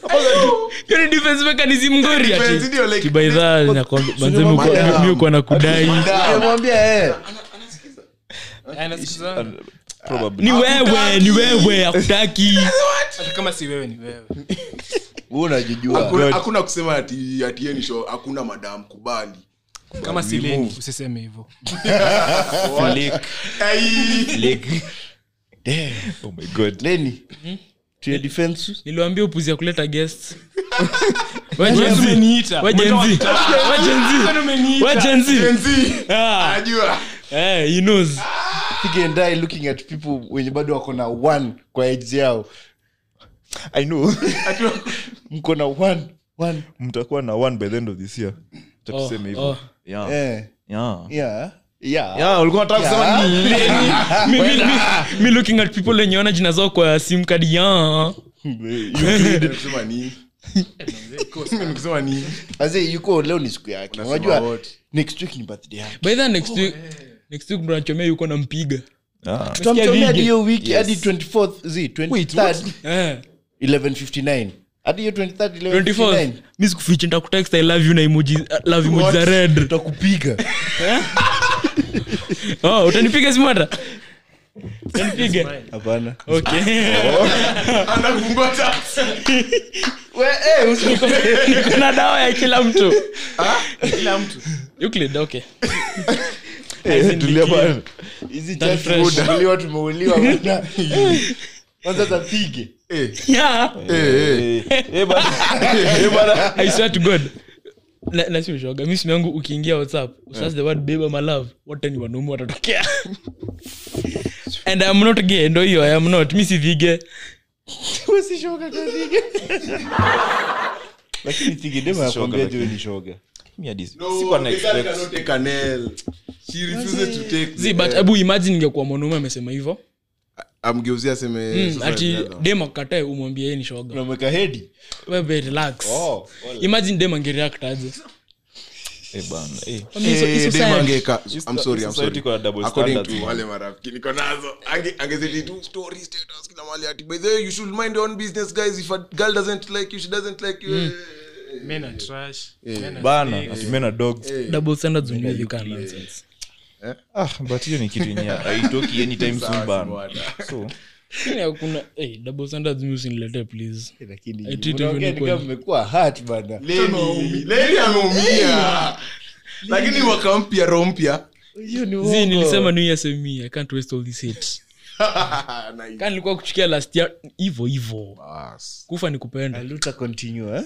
Speaker 3: Hiyo ni defense mechanism ngori ati.
Speaker 4: Defense ndio, like,
Speaker 3: Ati by that, inakwambi- manze mi uko-
Speaker 1: madam.
Speaker 3: mi uko nakudai
Speaker 1: Ukimwambia, eh,
Speaker 5: Anasikiza.
Speaker 2: probably
Speaker 3: ni wewe ni wewe akutaki
Speaker 5: Hata kama si wewe ni wewe
Speaker 1: wewe unajijua
Speaker 3: Oh,
Speaker 4: Hakuna- hakuna kusema ati ati yeni show hakuna madam kubali
Speaker 5: kama si leni usiseme hivyo
Speaker 2: oh my god
Speaker 1: leni
Speaker 3: Mhm.
Speaker 1: to your defense
Speaker 3: niliwambia upuzi ya kuleta guest
Speaker 5: Wewe umeniita. Wewe ndio umeniita.
Speaker 3: Ah.
Speaker 4: anajua
Speaker 3: Eh,
Speaker 1: Pig and I looking at people wenye bado wako na one kwa age yao
Speaker 2: i know
Speaker 1: mko na one one
Speaker 2: mtakuwa na one by the end of this year tatuseme
Speaker 3: Oh,
Speaker 2: hivyo
Speaker 3: oh.
Speaker 2: Yeah.
Speaker 1: eh
Speaker 2: Yeah.
Speaker 1: yeah yeah,
Speaker 2: Yeah, ulikuwa unataka kusema
Speaker 1: Yeah.
Speaker 2: nini?
Speaker 3: Mi- mi- mi- mi looking at people wenye ona jina zao kwa sim card ya
Speaker 4: Nikusema nini? Nikusema nini?
Speaker 1: Azee, yuko leo ni siku yake
Speaker 4: Unasema
Speaker 1: unajua
Speaker 4: what?
Speaker 1: next week ni birthday yake
Speaker 3: by the next week next week brachomea yuko nampiga
Speaker 2: Yeah.
Speaker 1: tutamchomea hadi
Speaker 3: Vige.
Speaker 1: hiyo wiki hadi 24th zi 23rd
Speaker 3: Eh,
Speaker 1: 11:59 hadi hiyo 23rd
Speaker 3: 24th
Speaker 1: 11:59
Speaker 3: mi sikufichi ntakutext i love you na emoji uh, love emoji za
Speaker 1: What?
Speaker 3: red
Speaker 1: tutakupiga
Speaker 3: oh, utanipiga simu hata utanipiga
Speaker 1: hapana
Speaker 3: okay
Speaker 4: Anafungua tax.
Speaker 3: eh, Niko na dawa ya kila mtu Euclid, okay
Speaker 2: Eh, tulia bana.
Speaker 1: hizi
Speaker 3: That
Speaker 1: chafu
Speaker 3: fresh.
Speaker 1: tumeuliwa tumeuliwa bana. kwanza tapige
Speaker 3: yeah
Speaker 2: Eh, eh, bana. Eh, bana.
Speaker 3: i swear to god Na- na si ushoga mi simu yangu ukiingia whatsapp usas the word babe my love wote ni wanaume watatokea and i'm not gay ndo hiyo i am not mi si vige
Speaker 1: lakini tigedema yakwambia
Speaker 2: lakini.
Speaker 1: juu ni shoga
Speaker 2: Mimi hadi si-
Speaker 4: No,
Speaker 2: sikuwa na
Speaker 4: Rizal
Speaker 2: expect.
Speaker 4: cannot take an L. She refuses to take the
Speaker 3: zi but uh,
Speaker 4: L.
Speaker 3: abu imagine ingekuwa mwanaume amesema hivyo
Speaker 4: amgeuzia aseme
Speaker 3: Mm,
Speaker 4: sasa
Speaker 3: ati
Speaker 4: Rizal.
Speaker 3: dem akatae umwambie yeye ni shoga
Speaker 1: unamweka hedi
Speaker 3: wewe relax
Speaker 1: Oh,
Speaker 3: imagine dem angereact aje
Speaker 2: Eh, bana. Eh.
Speaker 4: Eh, dem angeka- I'm sorry, I'm
Speaker 2: Society
Speaker 4: sorry.
Speaker 2: kuna double
Speaker 4: According
Speaker 2: standards,
Speaker 4: to
Speaker 2: man.
Speaker 4: wale marafiki niko nazo Ange- angezeti tu story status kila mahali ati by the way you should mind your own business guys if a girl doesn't like you she doesn't like you eh, eh, eh.
Speaker 5: Men are trash. Men are
Speaker 2: Bana, Eh.
Speaker 5: snakes.
Speaker 2: ati men are dogs.
Speaker 3: double standards when you you can't nonsense
Speaker 2: Ah, but hiyo ni kitu yenye haitoki anytime soon bana. So,
Speaker 3: Lakini hakuna hey, double standards mimi usiniletee please I treat
Speaker 1: lakini
Speaker 3: hivyo
Speaker 1: unaongea
Speaker 3: ni
Speaker 1: ni kama
Speaker 3: kweli.
Speaker 1: mmekuwa hurt bana
Speaker 4: Leni- Leni ameumia lakini mwaka mpya roho mpya
Speaker 1: hiyo ni
Speaker 3: zi nilisema
Speaker 1: uongo
Speaker 3: new year same me i can't waste all this hate
Speaker 4: Nice.
Speaker 3: kan nilikuwa kuchukia last year hivyo hivyo
Speaker 4: Bas.
Speaker 3: kufa ni kupenda
Speaker 1: aluta continue eh?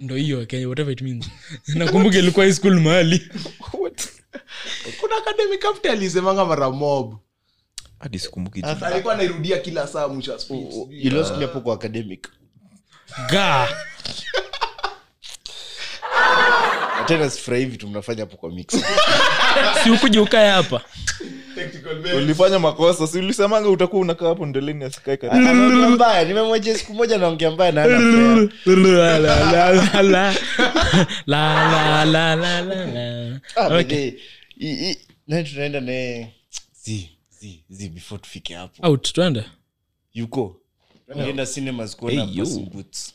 Speaker 3: ndo hiyo kenya whatever it means nakumbuka ilikuwa high school mahali
Speaker 4: kuna academic captain alisemanga mara mob
Speaker 2: hadi sikumbuki jina.
Speaker 4: alikuwa anairudia kila saa mwisho wa speech.
Speaker 1: Oh, you lost me hapo kwa academic
Speaker 3: ga
Speaker 1: Na tena sifurahi vitu mnafanya hapo kwa mix Ah,
Speaker 3: si ukuja ukae hapa
Speaker 4: Tactical bell.
Speaker 2: ulifanya makosa si ulisemanga utakuwa unakaa hapo ndeleni asikae
Speaker 1: Ah, anaongea mbaya nimemwachia siku moja naongea mbaya na hana fare.
Speaker 3: La, la, la, la, la. La, la, la, la, la, la.
Speaker 1: Ah, but
Speaker 3: Okay.
Speaker 1: eh, i- i- nani tunaenda naye zi zi zi before tufike hapo
Speaker 3: out twende
Speaker 1: yuko tunaenda cinemas kuona
Speaker 2: Hey, yo.
Speaker 1: Puss in Boots.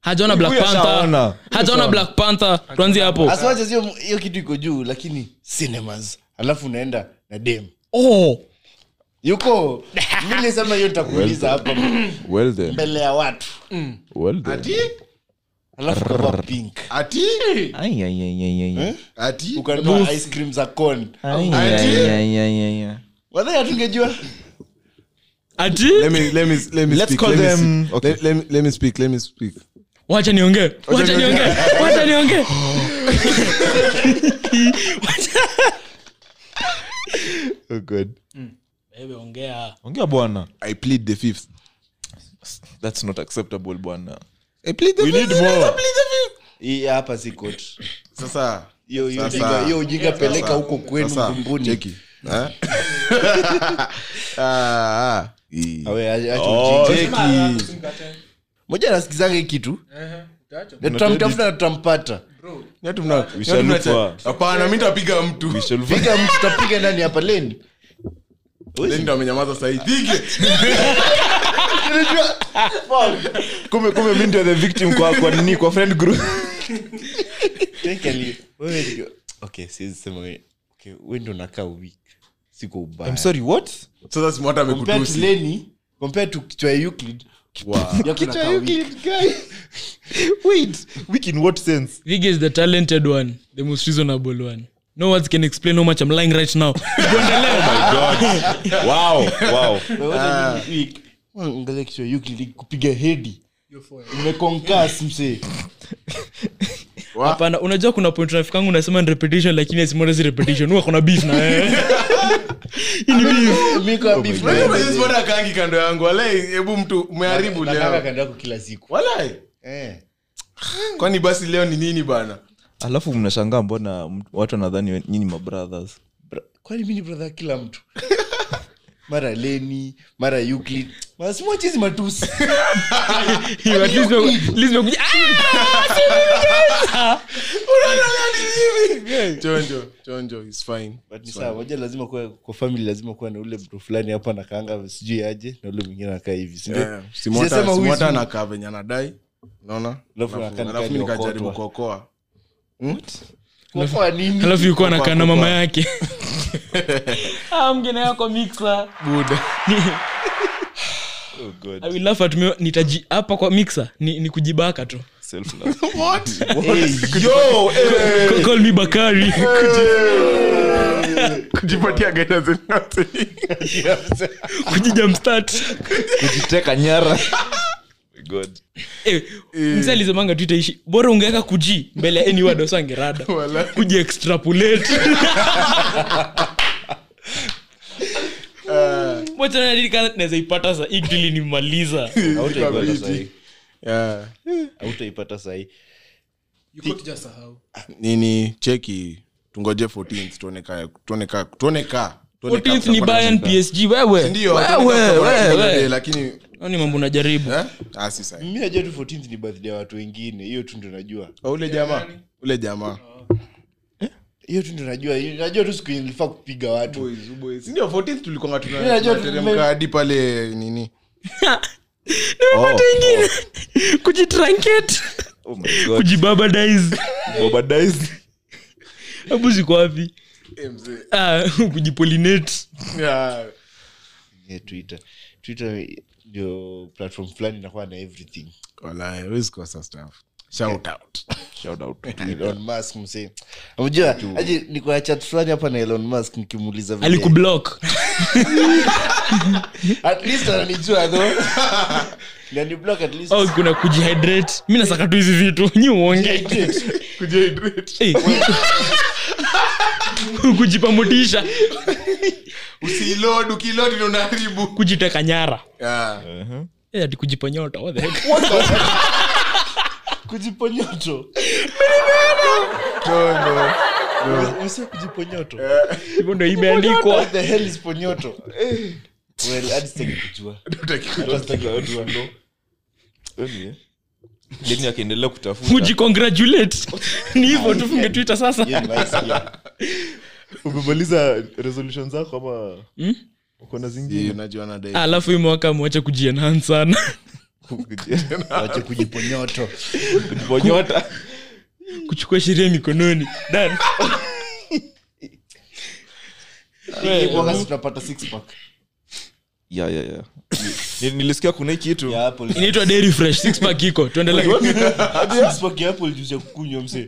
Speaker 3: hajaona black
Speaker 2: Huyu ashaona.
Speaker 3: panther hajaona black panther tuanzie hapo
Speaker 1: As much as hiyo hiyo kitu iko juu lakini cinemas alafu unaenda na dem
Speaker 3: oh
Speaker 1: yuko milisema hiyo nitakuuliza hapa mbele ya watu
Speaker 4: Ati?
Speaker 1: alafu kava pink
Speaker 4: Ati?
Speaker 1: Eh?
Speaker 4: Ati?
Speaker 1: ukanua ice cream za con wadhai hatungejua
Speaker 3: ati
Speaker 4: Let me let me let me
Speaker 2: Let's
Speaker 4: speak.
Speaker 2: call
Speaker 4: let
Speaker 2: them-
Speaker 4: Me, speak.
Speaker 2: okay.
Speaker 4: let, let me let me speak. Let me speak.
Speaker 3: wacha niongee wacha
Speaker 4: niongee.
Speaker 3: niongee wacha niongee Wacha-
Speaker 2: Oh, God.
Speaker 3: Wewe ongea
Speaker 2: ongea bwana
Speaker 4: I plead the fifth.
Speaker 2: that's not acceptable bwana
Speaker 4: I plead the
Speaker 2: we need more
Speaker 1: hii hapa si kot
Speaker 4: Sasa
Speaker 1: hiyo hiyo
Speaker 4: Sasa.
Speaker 1: ujinga- hiyo ujinga peleka huko kwenu
Speaker 4: sasa,
Speaker 1: mvumbuni
Speaker 4: cheki. Eh? Ah, ah. Hii.
Speaker 1: Awe, acha
Speaker 2: Oh,
Speaker 1: ujinga.
Speaker 2: cheki.
Speaker 1: moja anasikizanga hii kitu na tutamtafuta na tutampata
Speaker 4: Ni watu mna-
Speaker 2: We
Speaker 4: ni
Speaker 2: shall
Speaker 4: watu
Speaker 2: look
Speaker 4: mna-
Speaker 2: for-
Speaker 4: Hapana, mi tapiga mtu
Speaker 2: We shall find-
Speaker 1: piga mtu tapiga ndani hapa leni
Speaker 4: Then ndo amenyamaza sahi. Pige.
Speaker 2: kumbe kumbe mi ndio the victim kwa kwa nini kwa friend group
Speaker 1: Technically, wewe ndio- okay siwezi sema wewe. okay wewe ndio unakaa weak siko ubaya
Speaker 2: i'm sorry what
Speaker 4: Sasa si mwata
Speaker 1: compared to
Speaker 4: amekutusi.
Speaker 1: leni compared to kichwa ya Euclid
Speaker 4: Wa.
Speaker 1: ya kichwa ya Euclid guy
Speaker 2: wait weak in what sense
Speaker 3: Vigi is the talented one the most reasonable one no words can explain how much i'm lying right now
Speaker 2: wow wow
Speaker 1: weak Wewe angalia kichwa ya Euclid kupiga hedi umekonkas msee
Speaker 3: hapana unajua kuna point nafikangu nasema ni repetition lakini asimwona si repetition huwa kuna beef na wewe
Speaker 1: mimi kwa beef na Oh wewe.
Speaker 4: Unajua unajua sipota akaangi kando yangu. Walai, hebu mtu umeharibu
Speaker 1: Na kaka
Speaker 4: leo.
Speaker 1: kando yako kila siku
Speaker 4: Walai.
Speaker 1: eh
Speaker 4: Kwani basi leo ni nini bana?
Speaker 2: alafu mnashangaa mbona m- watu wanadhani we- nyinyi mabrothers
Speaker 1: Bra- kwani mi ni brother wa kila mtu mara leni mara Euclid masimwa chizi matusi
Speaker 3: At least we- at least "Ah!" we-
Speaker 4: Chonjo, chonjo is fine.
Speaker 1: But ni
Speaker 4: It's
Speaker 1: sawa,
Speaker 4: fine.
Speaker 1: moja lazima kuwa kwa family lazima kuwa na ule bro fulani hapa nakaanga sijui aje na ule mwingine anakaa hivi sindio
Speaker 4: Eh, si mwata-
Speaker 1: Sijasema
Speaker 4: si
Speaker 1: who is
Speaker 4: mwata
Speaker 1: who.
Speaker 4: anakaa venye anadai unaona
Speaker 1: Alafu
Speaker 4: Alafu-
Speaker 1: anakaa
Speaker 4: alafu
Speaker 1: ni
Speaker 4: mi nikajaribu
Speaker 1: kuokotwa.
Speaker 4: kuokoa
Speaker 1: Kuokoa nini
Speaker 3: alafu yuko anakaa na
Speaker 4: Kwa-
Speaker 3: mama yake Ah, mgeni yako mixer
Speaker 4: buda
Speaker 2: oh god
Speaker 3: I will laugh at me nitaji hapa kwa mixer ni, ni kujibaka tu
Speaker 2: self love
Speaker 4: yo
Speaker 3: Call- call me bakari
Speaker 4: kujipatia guidance and counseling.
Speaker 3: kujijamstart
Speaker 2: kujiteka nyara My god
Speaker 3: Eh, mzee alisemanga tu itaishi bora ungeweka kuji mbele ya eniwadoso angerada
Speaker 4: Wala.
Speaker 3: kuji extrapolate naweza ipata saa igili nimaliza
Speaker 1: hautaipata
Speaker 4: Ikabidi.
Speaker 1: sahii
Speaker 4: Yeah.
Speaker 1: hautaipata sahii
Speaker 5: yuko tujasahau
Speaker 4: nini cheki tungoje 14th tuone ka- tuone ka- tuone ka- tuone ka
Speaker 3: 14th ni
Speaker 4: tutapata
Speaker 3: Bayern
Speaker 4: shida.
Speaker 3: PSG wewe
Speaker 4: Ndio,
Speaker 3: Wewe,
Speaker 4: tuone ka tutapata
Speaker 3: wewe,
Speaker 4: shida
Speaker 3: wewe.
Speaker 4: day, lakini
Speaker 3: Hayo ni mambo najaribu
Speaker 4: eh? Ah, si sahi.
Speaker 1: mi najua tu 14th ni birthday ya watu wengine hiyo tu ndio najua
Speaker 4: Oh, ule jamaa ule jamaa
Speaker 1: hiyo tu ndio najua Hiyo- najua tu siku yenye nilifaa kupiga watu
Speaker 4: Si ndio 14th tulikuwa tuna-
Speaker 1: Mimi najua
Speaker 4: tunateremka
Speaker 1: tume-
Speaker 4: hadi pale nini
Speaker 2: oh,
Speaker 3: kujitranket
Speaker 2: oh my god
Speaker 3: kujibabadize
Speaker 2: Bobadize.
Speaker 3: abu ziko wapi
Speaker 4: Eh, mzee.
Speaker 3: Ah, kujipolinate
Speaker 4: Yeah.
Speaker 1: yeah, twitter twitter ndio platform fulani inakuwa na everything
Speaker 4: Walai, huwezi kosa stuff. Shout out.
Speaker 2: shout out
Speaker 1: elon musk msee amjua aje niko na chat fulani hapa na elon musk nikimuuliza vile-
Speaker 3: alikublock
Speaker 1: at least ananijua though naniblock at least
Speaker 3: au Oh, kuna kujihydrate mi nasaka tu hizi vitu nyi uonge Eh. kujipa motisha
Speaker 4: usilod ukilod ndo unaharibu
Speaker 3: kujiteka nyara
Speaker 4: Ah.
Speaker 2: Uh-huh.
Speaker 3: Eh, ati kujipa nyota what the heck?
Speaker 1: kujiponyoto Umesema kujiponyoto
Speaker 3: hivyo ndo imeandikwa
Speaker 1: What the hell is ponyoto well hadi sitaki kujua Hata sitaki kujua
Speaker 2: Anyway. Deni akaendelea eh? kutafuta
Speaker 3: kujicongratulate ni hivyo tufunge twitter sasa
Speaker 1: Hiyo nimeisikia.
Speaker 2: umemaliza resolution zako ama
Speaker 3: Hmm?
Speaker 2: uko na
Speaker 4: Ndio,
Speaker 2: zingine
Speaker 4: unajua na dai.
Speaker 3: alafu hii mwaka mwache kujienhan sana
Speaker 1: wache kujiponyoto
Speaker 2: kujibonyota
Speaker 3: kuchukua sheria mikononi Dan.
Speaker 1: Hii mwaka si tutapata six pack
Speaker 2: yeah, yeah, yeah. Ni- nilisikia kuna hii kitu
Speaker 1: ya apple
Speaker 3: inaitwa dairy fresh six pack iko tuendelee
Speaker 1: six pack ya apple juice ya kukunywa msee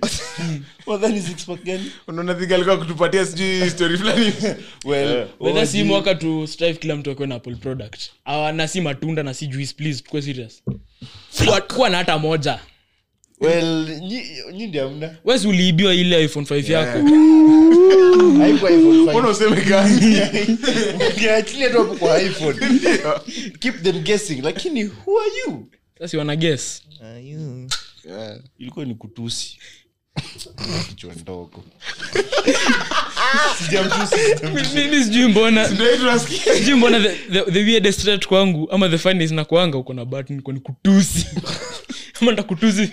Speaker 1: wadhani six pack gani
Speaker 4: unaona thika alikuwa kutupatia sijui story fulani Eh.
Speaker 1: well
Speaker 3: bedha si mwaka tu strive kila mtu akiwe na apple product Awa, na si matunda na si juice please tukue serious Kuwa- kuwa na hata moja
Speaker 1: well nyi- nyi ndio hamna
Speaker 3: wesi uliibiwa ile iphone 5 yako
Speaker 1: haikuwa iphone
Speaker 4: useme gani
Speaker 1: 5 ukiachilia tu hapo kwa iphone keep them guessing lakini who are you
Speaker 3: sasi wana guess
Speaker 1: ilikuwa ni kutusi kichwa ndogo sijamtusi
Speaker 3: Mi- mimi sijui mbona sijui mbona the, the, the weirdest threat kwangu ama the finest na kuanga uko na button uko ni kutusi ama ndakutusi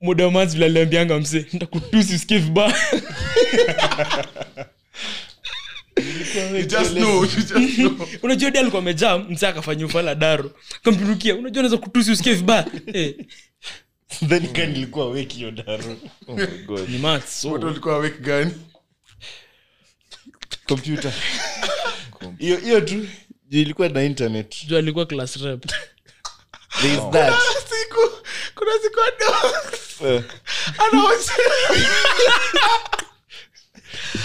Speaker 3: muda wa manzi vile aliambianga msee ndakutusi usikie vibaya
Speaker 4: just know you just know
Speaker 3: unajua di alikuwa amejaa msee akafanya ufala daro kampindukia unajua unaweza kutusi usikie vibaya Eh,
Speaker 1: then kan ilikuwa weki odaro
Speaker 3: ni maths, so.
Speaker 4: watu walikuwa awake gani
Speaker 1: kompyuta hiyo hiyo tu ju ilikuwa na internet
Speaker 3: Juu alikuwa class rep
Speaker 1: there is that
Speaker 4: siku kuna siku ado
Speaker 1: Eh,
Speaker 4: anawatch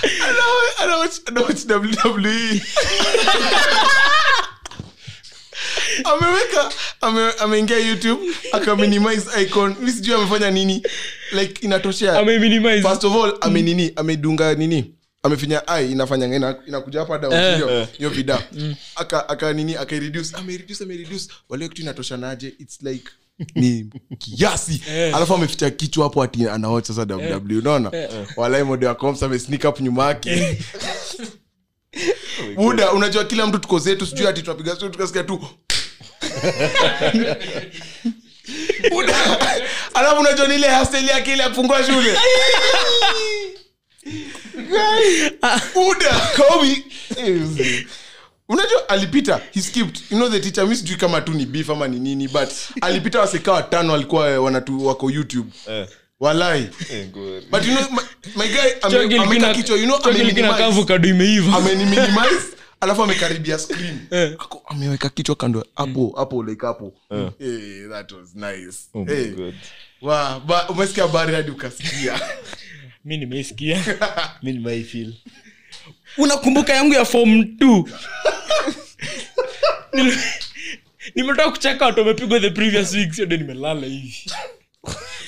Speaker 4: Anawa- anawatch anawatch wwe ameweka ame- ameingia youtube akaminimize icon mi sijui amefanya nini like inatoshea
Speaker 3: ameminimize
Speaker 4: first of all
Speaker 3: Mm.
Speaker 4: amenini amedunga nini amefinya ai inafanya ina- inakuja hapa down
Speaker 3: Eh. Mm.
Speaker 4: hiyo- hiyo vida aka aka nini akaireduce amereduce amereduce wale kitu inatoshanaje its like ni kiasi
Speaker 3: Eh.
Speaker 4: alafu ameficha kichwa hapo ati anaocha sasa ww unaona walai mode wa comps amesneak up nyuma
Speaker 3: Eh.
Speaker 4: yake buda unajua kila mtu tuko zetu sijui ati tunapiga stori tukasikia tu buda alafu unajua ni ile hasteli yake ile akufungua shule buda kobi unajua alipita he skipped you know the teacher mi sijui kama tu ni beef ama ni nini but alipita wasekaa watano walikuwa eh, wanatu wako youtube
Speaker 2: Eh.
Speaker 4: walai but you know my, my guy ame-
Speaker 3: Chogi
Speaker 4: ameka
Speaker 3: likina-
Speaker 4: kichwa you know
Speaker 3: chogi likina
Speaker 4: ameninimize
Speaker 3: kavu kado imeiva
Speaker 4: ameniminimise alafu amekaribia screen
Speaker 3: Eh.
Speaker 4: Ako- ameweka kichwa kando hapo hapo like hapo Eh, that was nice
Speaker 2: Oh my
Speaker 4: Eh,
Speaker 2: God.
Speaker 4: wa- ba- umesikia habari hadi ukasikia
Speaker 3: mi nimeisikia
Speaker 1: mi ni my feel
Speaker 3: unakumbuka yangu ya form t nimetoka kucheka watu wamepigwa the previous week sio ndio nimelala hivi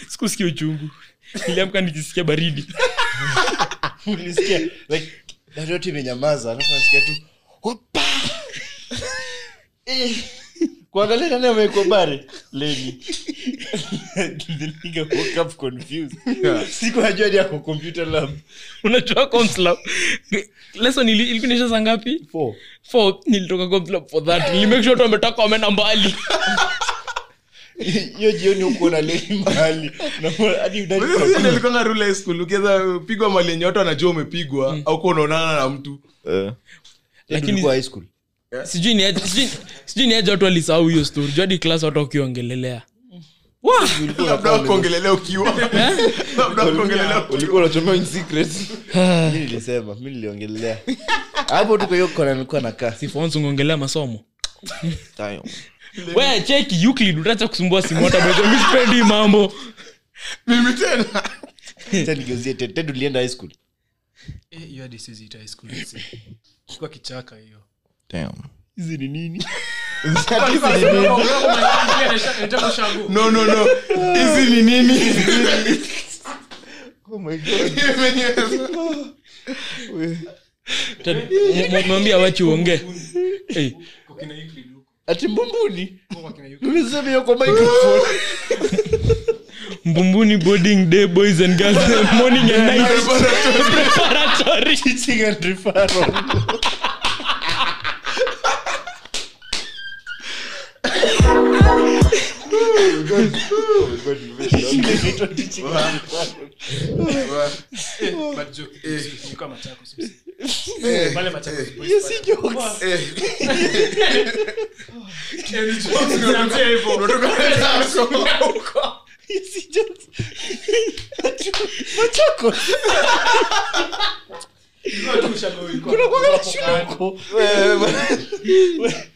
Speaker 3: sikusikia uchungu niliamka nikisikia baridi
Speaker 1: nilisikia like dari yote imenyamaza alafu nasikia tu hopa Eh, kuangalia nani amewekwa bare leni The nigga woke up confused siku najua ni ako computer lab
Speaker 3: unajua comslab lesson ili- ilikuwa inaisha saa ngapi
Speaker 1: Four.
Speaker 3: Four. nilitoka comslab for that nilimake sure watu wametaka wameenda mbali
Speaker 1: hiyo jioni hukuona leni mahali Na hadi udari
Speaker 4: likanga rule high school ukiweza pigwa mali yenye watu anajua umepigwa au kuwa unaonana na mtu
Speaker 2: Eh.
Speaker 1: Lakini-
Speaker 3: Lakini- sijui ni aje- sijui- sijui ni aje watu walisahau hiyo story juadi klas watu wakiongelelea Wah! Eh?
Speaker 4: labda wakuongelelea ukiwa labda wakuongelelea
Speaker 2: ulikuwa unachomea in secret
Speaker 1: Mi nilisema mi niliongelea hapo tuko hiyo kona nilikuwa nakaa
Speaker 3: sifonsungongelea masomo
Speaker 2: Damn.
Speaker 3: we cheki euclid utacha kusumbua simu hata bado mimi sipendi mambo
Speaker 4: mimi tena
Speaker 1: Sasa nigeuzie Ted. Ted, ulienda high school
Speaker 5: Eh,
Speaker 4: hiyo hadi sizi ita school
Speaker 5: kwa kichaka hiyo
Speaker 2: Damn.
Speaker 1: hizi ni nini
Speaker 4: no no no hizi ni nini
Speaker 2: Oh
Speaker 3: Ted, m- m- mwambie awache uongee Eh,
Speaker 1: ati mbumbuni nimesema hiyo kwa microphone
Speaker 3: mbumbuni boarding day boys and girls morning and night preparatory
Speaker 1: teaching and referral Eh. hiyo si jokes
Speaker 5: Eh,
Speaker 1: hiyo si jokes Ati, machako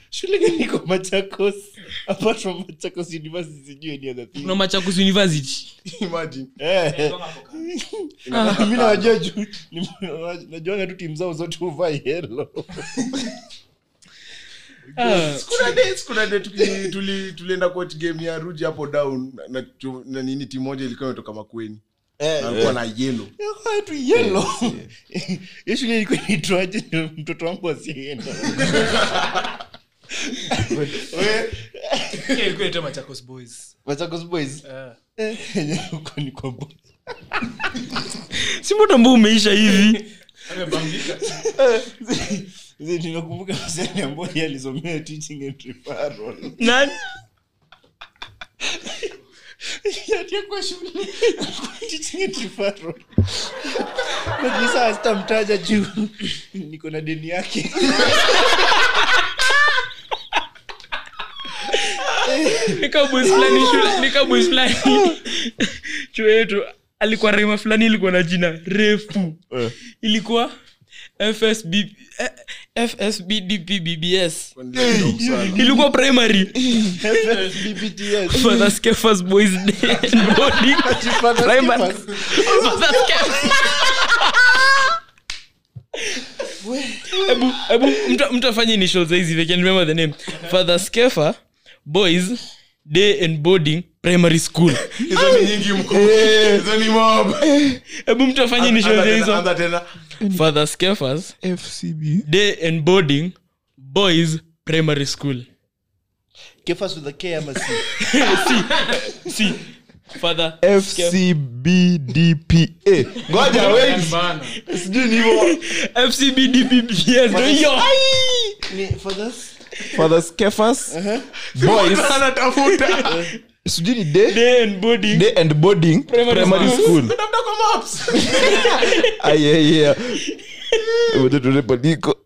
Speaker 1: shule gani iko machakos apart from machakos university sijui any other thing
Speaker 3: kuna machakos university
Speaker 5: imagine
Speaker 1: Eh.
Speaker 3: Ah,
Speaker 1: mi nawajua juu ni- najuanga tu timu zao zote huvaa yelo
Speaker 3: ah,
Speaker 5: kuna days kuna day tuki- tuli- tulienda kuwatch game ya ruji hapo down na- na, tu- na nini timu moja ilikuwa imetoka makweni Na alikuwa na yellow
Speaker 1: Ilikuwa tu yelo Eh, hiyo shule ilikuwa inaitwaje mtoto wangu asienda machakos boys Eh, huko ni kwa boys.
Speaker 3: si moto ambao umeisha hivi
Speaker 1: Eh, Zi- nimekumbuka msani ambaye alisomea teaching and referral
Speaker 3: nani
Speaker 1: yatiakwa shule teaching and referral lakini saa sitamtaja juu niko na deni yake
Speaker 3: Nika boys fulani shule nika boys fulani chuo yetu alikuwa rima fulani ilikuwa na jina refu ilikuwa fsb eh, fsbdp bbs ilikuwa primary father's kefas boys day and boarding primary father's Kefas. Ebu- ebu mtu- mtu afanye initials hizi they can remember the name father skefa boys day and boarding primary school
Speaker 5: hizo ni nyingi mko Eh. hizo ni mob
Speaker 3: hebu mtu afanye
Speaker 5: Anza
Speaker 3: initials
Speaker 5: tena,
Speaker 3: hizo
Speaker 5: anza tena
Speaker 3: father skefas fcb day and boarding boys primary school
Speaker 1: kefas with a k ama c
Speaker 3: see father
Speaker 2: fcbdpa ngoja
Speaker 1: Eh.
Speaker 2: wait sijui ni hivyo
Speaker 3: fcbdbbs ndio hiyo
Speaker 1: ni fathers
Speaker 2: fathers kefas
Speaker 3: Uh-huh.
Speaker 2: boys Eh, sijui ni day
Speaker 3: day and boarding
Speaker 2: day and boarding
Speaker 3: Primary
Speaker 2: primary
Speaker 3: school.
Speaker 2: school Ah, ayeye wote tulipoliko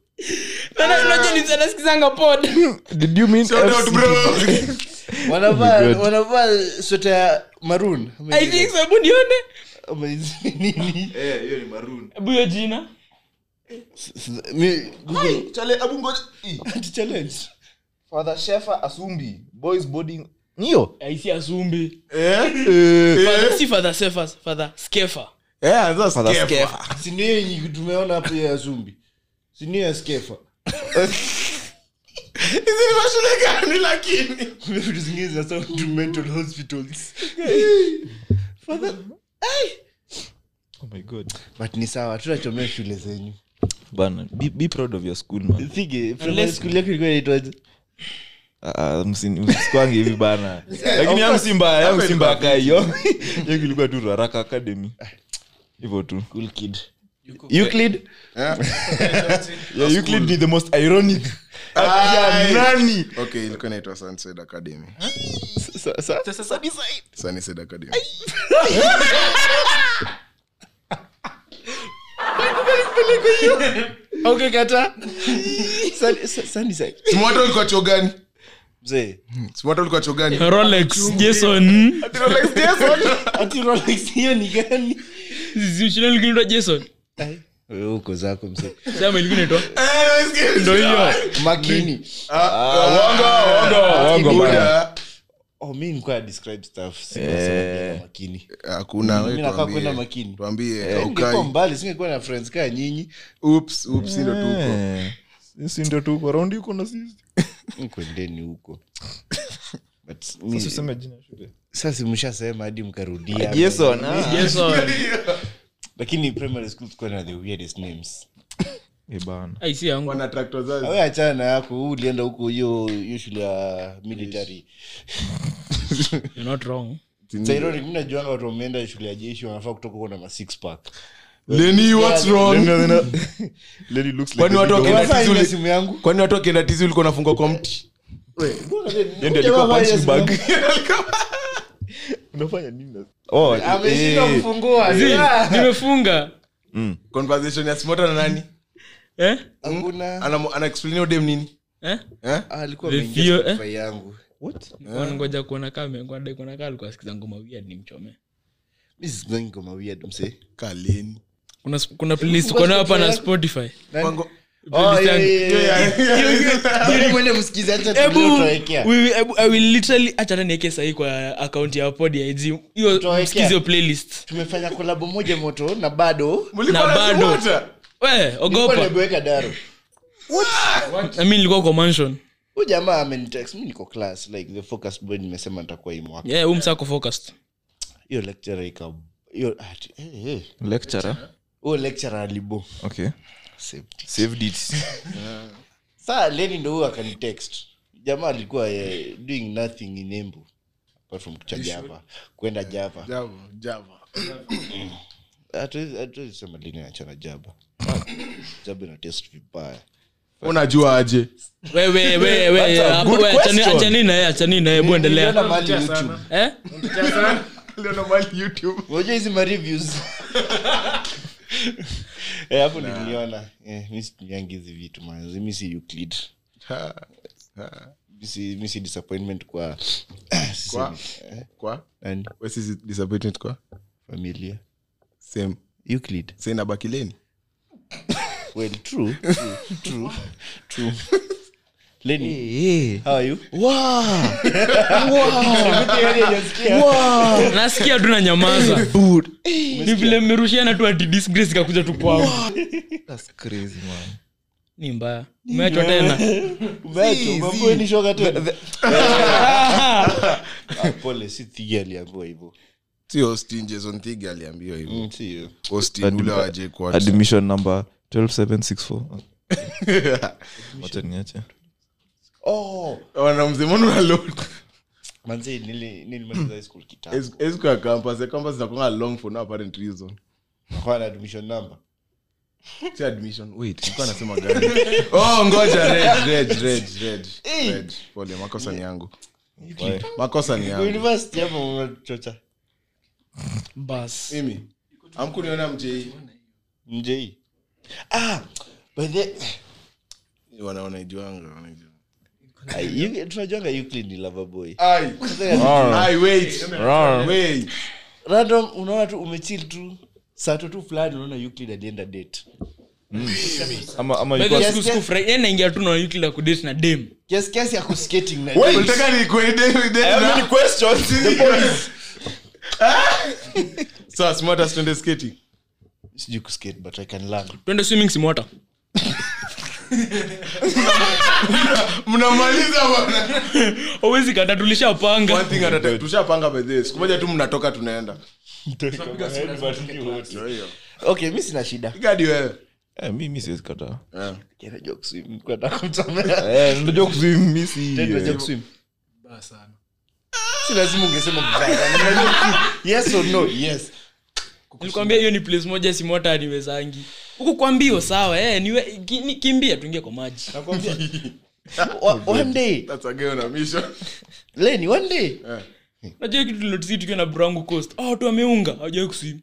Speaker 3: Na- na- unajua ni anasikizanga pod
Speaker 2: did you mean FCB?
Speaker 1: wanavaa
Speaker 2: Oh my God.
Speaker 1: wanavaa sweta ya maroon
Speaker 3: i think so hebu nione
Speaker 1: Ama hizi nini
Speaker 3: hebu hiyo jina
Speaker 1: Mi- Google.
Speaker 2: Chale, abu ngoja. Ii.
Speaker 1: Ati challenge
Speaker 2: father shefa asumbi boys boarding niyo
Speaker 3: aisi asumbi
Speaker 2: Eh,
Speaker 3: Father- si father sefas father skefa
Speaker 2: father skefa
Speaker 1: Si ndio yenye tumeona hapo ya zumbi Si ndio ya skefa Kuna vitu zingine zinasoma to mental hospitals
Speaker 2: oh my god
Speaker 1: but ni sawa tunachomea shule zenyu
Speaker 2: bana be, be proud of your school man
Speaker 1: sige school yako ilikuwa inaitwaje
Speaker 2: Ah, msi- msikwange hivi bana lakini yangu si mbaya yangu si mbaya kaa hiyo yangu ilikuwa tu raraka academy hivyo tu
Speaker 1: cool kid Euclid
Speaker 2: yeah, euclid ni the most ironic ya nani
Speaker 5: okay ilikuwa inaitwa sunset academy sunset academy
Speaker 1: okay kata Sun- sun- sunnyside
Speaker 5: simwata ulikuwa chuo gani
Speaker 1: mzee
Speaker 5: simwata ulikuwa chuo gani
Speaker 3: rolex jason
Speaker 1: ati rolex hiyo ni gani
Speaker 3: shule lingine naitwa jason
Speaker 1: wewe uko zako mzee
Speaker 3: sema lingine naitwa ndio hiyo
Speaker 1: makini
Speaker 5: Ah,
Speaker 4: Ah,
Speaker 2: Wango Ah, bana.
Speaker 5: Buda.
Speaker 1: oh mi nilikuwa describe stuff si
Speaker 2: Eh.
Speaker 1: makini
Speaker 5: hakuna
Speaker 1: mimi
Speaker 5: wewe
Speaker 1: nakaa
Speaker 5: tuambie.
Speaker 1: kwenda makini Eh,
Speaker 5: tuambie
Speaker 1: ungekuwa
Speaker 5: haukai
Speaker 1: mbali singekuwa na friends kaa nyinyi
Speaker 5: oops oops ndio tuko
Speaker 2: Eh, sisi ndio tuko raundi huko na sisi
Speaker 1: mkwendeni huko But mi-
Speaker 2: Sasa useme jina ya shule.
Speaker 1: sasa mshasema hadi mkarudia
Speaker 2: Jason, ah.
Speaker 3: jason
Speaker 1: lakini primary school tukuwa na the weirdest names
Speaker 2: Eh, bana
Speaker 3: ai si yangu
Speaker 5: wana tractor zao
Speaker 1: we achana na yako huu ulienda huko hiyo hiyo shule ya military
Speaker 3: you're not wrong
Speaker 1: It's ironic, mi najuanga watu wameenda shule ya jeshi wanafaa kutoka huko na masix pack
Speaker 2: Yaani
Speaker 5: Lenny what's
Speaker 3: Yaani
Speaker 5: wrong
Speaker 2: Lady Yaani looks like
Speaker 5: kwani
Speaker 2: the
Speaker 5: watu
Speaker 2: big
Speaker 5: wakienda tizi
Speaker 1: ile
Speaker 5: uli-
Speaker 1: simu yangu
Speaker 5: kwani watu wakienda tizi ulikuwa unafungwa kwa mti
Speaker 2: Yaani Ndio alikuwa
Speaker 3: Yaani
Speaker 2: punching bag. Unafanya nini na- Oh,
Speaker 1: ameshindwa
Speaker 2: eh,
Speaker 1: kufungua
Speaker 3: Zee,
Speaker 1: yeah.
Speaker 3: nimefunga
Speaker 5: conversation ya simota na nani
Speaker 3: eh
Speaker 2: Hmm?
Speaker 1: hakuna
Speaker 5: ana ana explain hiyo dem nini
Speaker 3: eh
Speaker 5: eh
Speaker 1: Ah, alikuwa
Speaker 3: The
Speaker 1: ameingia
Speaker 3: fear, eh?
Speaker 1: Spotify yangu
Speaker 3: Nilikuwa nangoja kuona kama nilikuwa nadai kuona kama alikuwa asikiza ngoma weird nimchome
Speaker 1: mi sizangi ngoma weird msee
Speaker 5: kaleni
Speaker 3: kuna, sp- kuna playlist uko nayo hapa na spotify
Speaker 1: Oh,
Speaker 3: Playlist
Speaker 1: yeah,
Speaker 3: yangu.
Speaker 1: yeah, yeah, yeah. Hiyo ni mwende msikize hata
Speaker 3: Ebu,
Speaker 1: tuliotowekea.
Speaker 3: we- we- ebu, I will literally- acha hata niweke sahii kwa akaunti ya pod ya IG. hiyo
Speaker 1: Tutawekea.
Speaker 3: msikize hiyo playlist
Speaker 1: tumefanya kolabo moja moto na bado
Speaker 3: na bado we ogopa
Speaker 1: nikuweka daro
Speaker 3: na mi nilikuwa kwa mansion
Speaker 1: huu jamaa amenitext mi niko class like the focus boy nimesema nitakuwa hii mwaka
Speaker 3: yeah, huu msaa ko focused
Speaker 1: hiyo lecture ika hiyo ati- eh, eh.
Speaker 2: lecturer
Speaker 1: huyo lecture alibo
Speaker 2: okay
Speaker 1: Safety.
Speaker 2: saved it
Speaker 1: saa leni ndo huyo akanitext jamaa alikuwa eh, doing nothing in embu apart from kucha java kwenda java Hatuwezi- hatuwezi sema lini nachana java java ina test vibaya
Speaker 4: unajua aje
Speaker 3: wewe wewe hapo wewe, achani- achanini na yeye achanini na yeye hebu
Speaker 1: Niliona
Speaker 3: endelea
Speaker 1: mahali YouTube.
Speaker 3: eh
Speaker 1: unajua hizi mareviews Eh, hapo niliona Eh, mi situmiangi hizi vitu manzi mi si euclid Mi si- mi si disappointment kwa Sisemi,
Speaker 4: Kwa?
Speaker 1: eh,
Speaker 4: kwa
Speaker 1: nani
Speaker 4: we sisi disappointed kwa
Speaker 1: familia
Speaker 4: same
Speaker 1: euclid
Speaker 4: Sasa inabaki leni
Speaker 1: well true true true, true. lenny
Speaker 2: Eh,
Speaker 1: how are you
Speaker 3: nasikia tu na nyamaza
Speaker 2: Eh,
Speaker 3: ni vile mmerushiana tu ati disgrace ikakuja tu kwangu
Speaker 2: that's crazy man
Speaker 3: ni mbaya umeachwa tena
Speaker 1: Umeacha, umeambiwa ni shoga tena? Ah, pole si Thigi aliambiwa hivyo
Speaker 7: sio Austin, Jason Thigi aliambiwa hivyo
Speaker 1: Mm, si hiyo.
Speaker 7: Austin,
Speaker 2: Adi-
Speaker 7: ule wa Jake Watts.
Speaker 2: admission number 12764 wacha niache
Speaker 1: Oh,
Speaker 4: wanamzemonunalesikuya
Speaker 1: manzi nili- nilimaliza high school kitambo.
Speaker 4: kampas ya kampas inakuanga long for no apparent reason
Speaker 1: Hakuwa na admission number.
Speaker 4: si admission wait nilikuwa nasema gani oh ngoja red red red red red pole makosa ni yangu makosa ni yangu
Speaker 1: University ama unachocha?
Speaker 3: bas
Speaker 4: mimi amkuniona mjei
Speaker 1: MJ. Ah, by the-
Speaker 4: Wana- wanaijuanga, wanaijua.
Speaker 1: Ah, you- tunajuanga Euclid ni lover boy.
Speaker 4: Ai, ai, wait, wait.
Speaker 1: random unaona tu umechill tu saa tatu fulani unaona Euclid alienda date
Speaker 2: ama ama
Speaker 3: By the
Speaker 2: ilikuwa
Speaker 3: way,
Speaker 1: Yes, yes.
Speaker 3: siku- siku Friday- yeye naingia tu na Euclid ya kudate na dem
Speaker 1: kiasi kiasi ya kuskating na
Speaker 4: Ulitaka nikuende- kuende- na- Ah! Sawa, smartest tuende skating.
Speaker 1: sijui kuskate but I can learn
Speaker 3: twende swimming simwata
Speaker 4: mnamaliza bwana.
Speaker 3: awezi kata
Speaker 4: One
Speaker 3: tulishapanga
Speaker 4: thing at a time. tushapanga by the way. siku moja tu mnatoka tunaenda
Speaker 1: Eh, okay mi sina shida
Speaker 4: gadi wewe
Speaker 2: eh mimi siwezi kataa
Speaker 1: najua kuswim kwenda kumtamea
Speaker 2: eh unajua kuzimi mimi si
Speaker 1: najua kuswim si lazima ungesema vibaya. Unajua kuswim. yes or no yes
Speaker 3: nilikwambia hiyo ni place moja simwata aniwezangi huku kwambio sawa eh, niwe, ki- ni- kimbia tuingie kwa maji
Speaker 1: Nakwambia. Wa- one day
Speaker 4: that's again a mission
Speaker 1: leni one day
Speaker 3: najua kitu tulilotisi tukiwa na brangu coast oh, tu ameunga hajawai kuswim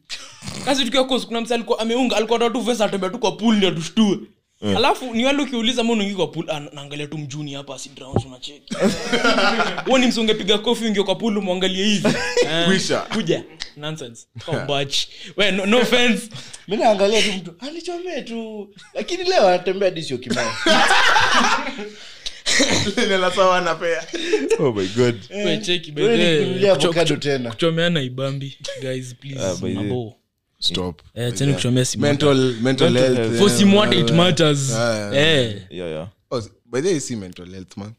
Speaker 3: kasi tukiwa coast kuna msa alikuwa ameunga alikuwa anatoa tu vesa atembea tu kwa pool ndio tushtue alafu ni wale ukiuliza mbona unaingia kwa pool ah, naangalia tu mjuni hapa si drowns unacheki wewe ni msonge piga kofi ungie kwa pool muangalie hivi Eh,
Speaker 4: Kwisha.
Speaker 3: kuja nonsense kombachi we no, no offense
Speaker 1: mi naangalia tu mtu alichomee tu lakini leo anatembea disio kibaya
Speaker 4: nena sawa na pea
Speaker 2: oh my god
Speaker 3: we cheki by
Speaker 1: Wewe
Speaker 3: the way,
Speaker 1: nikinunulia
Speaker 3: kucho-
Speaker 1: avocado
Speaker 3: kucho-
Speaker 1: tena
Speaker 3: kuchomeana ibambi guys please
Speaker 2: Ah, by the way.
Speaker 3: mabo
Speaker 4: stop
Speaker 3: eh tena kuchomea simu
Speaker 4: mental mental
Speaker 2: Mental
Speaker 4: health
Speaker 2: health.
Speaker 3: for simu what it matters
Speaker 4: Ah,
Speaker 3: eh
Speaker 2: yeah yeah
Speaker 4: oh, by the way si mental health man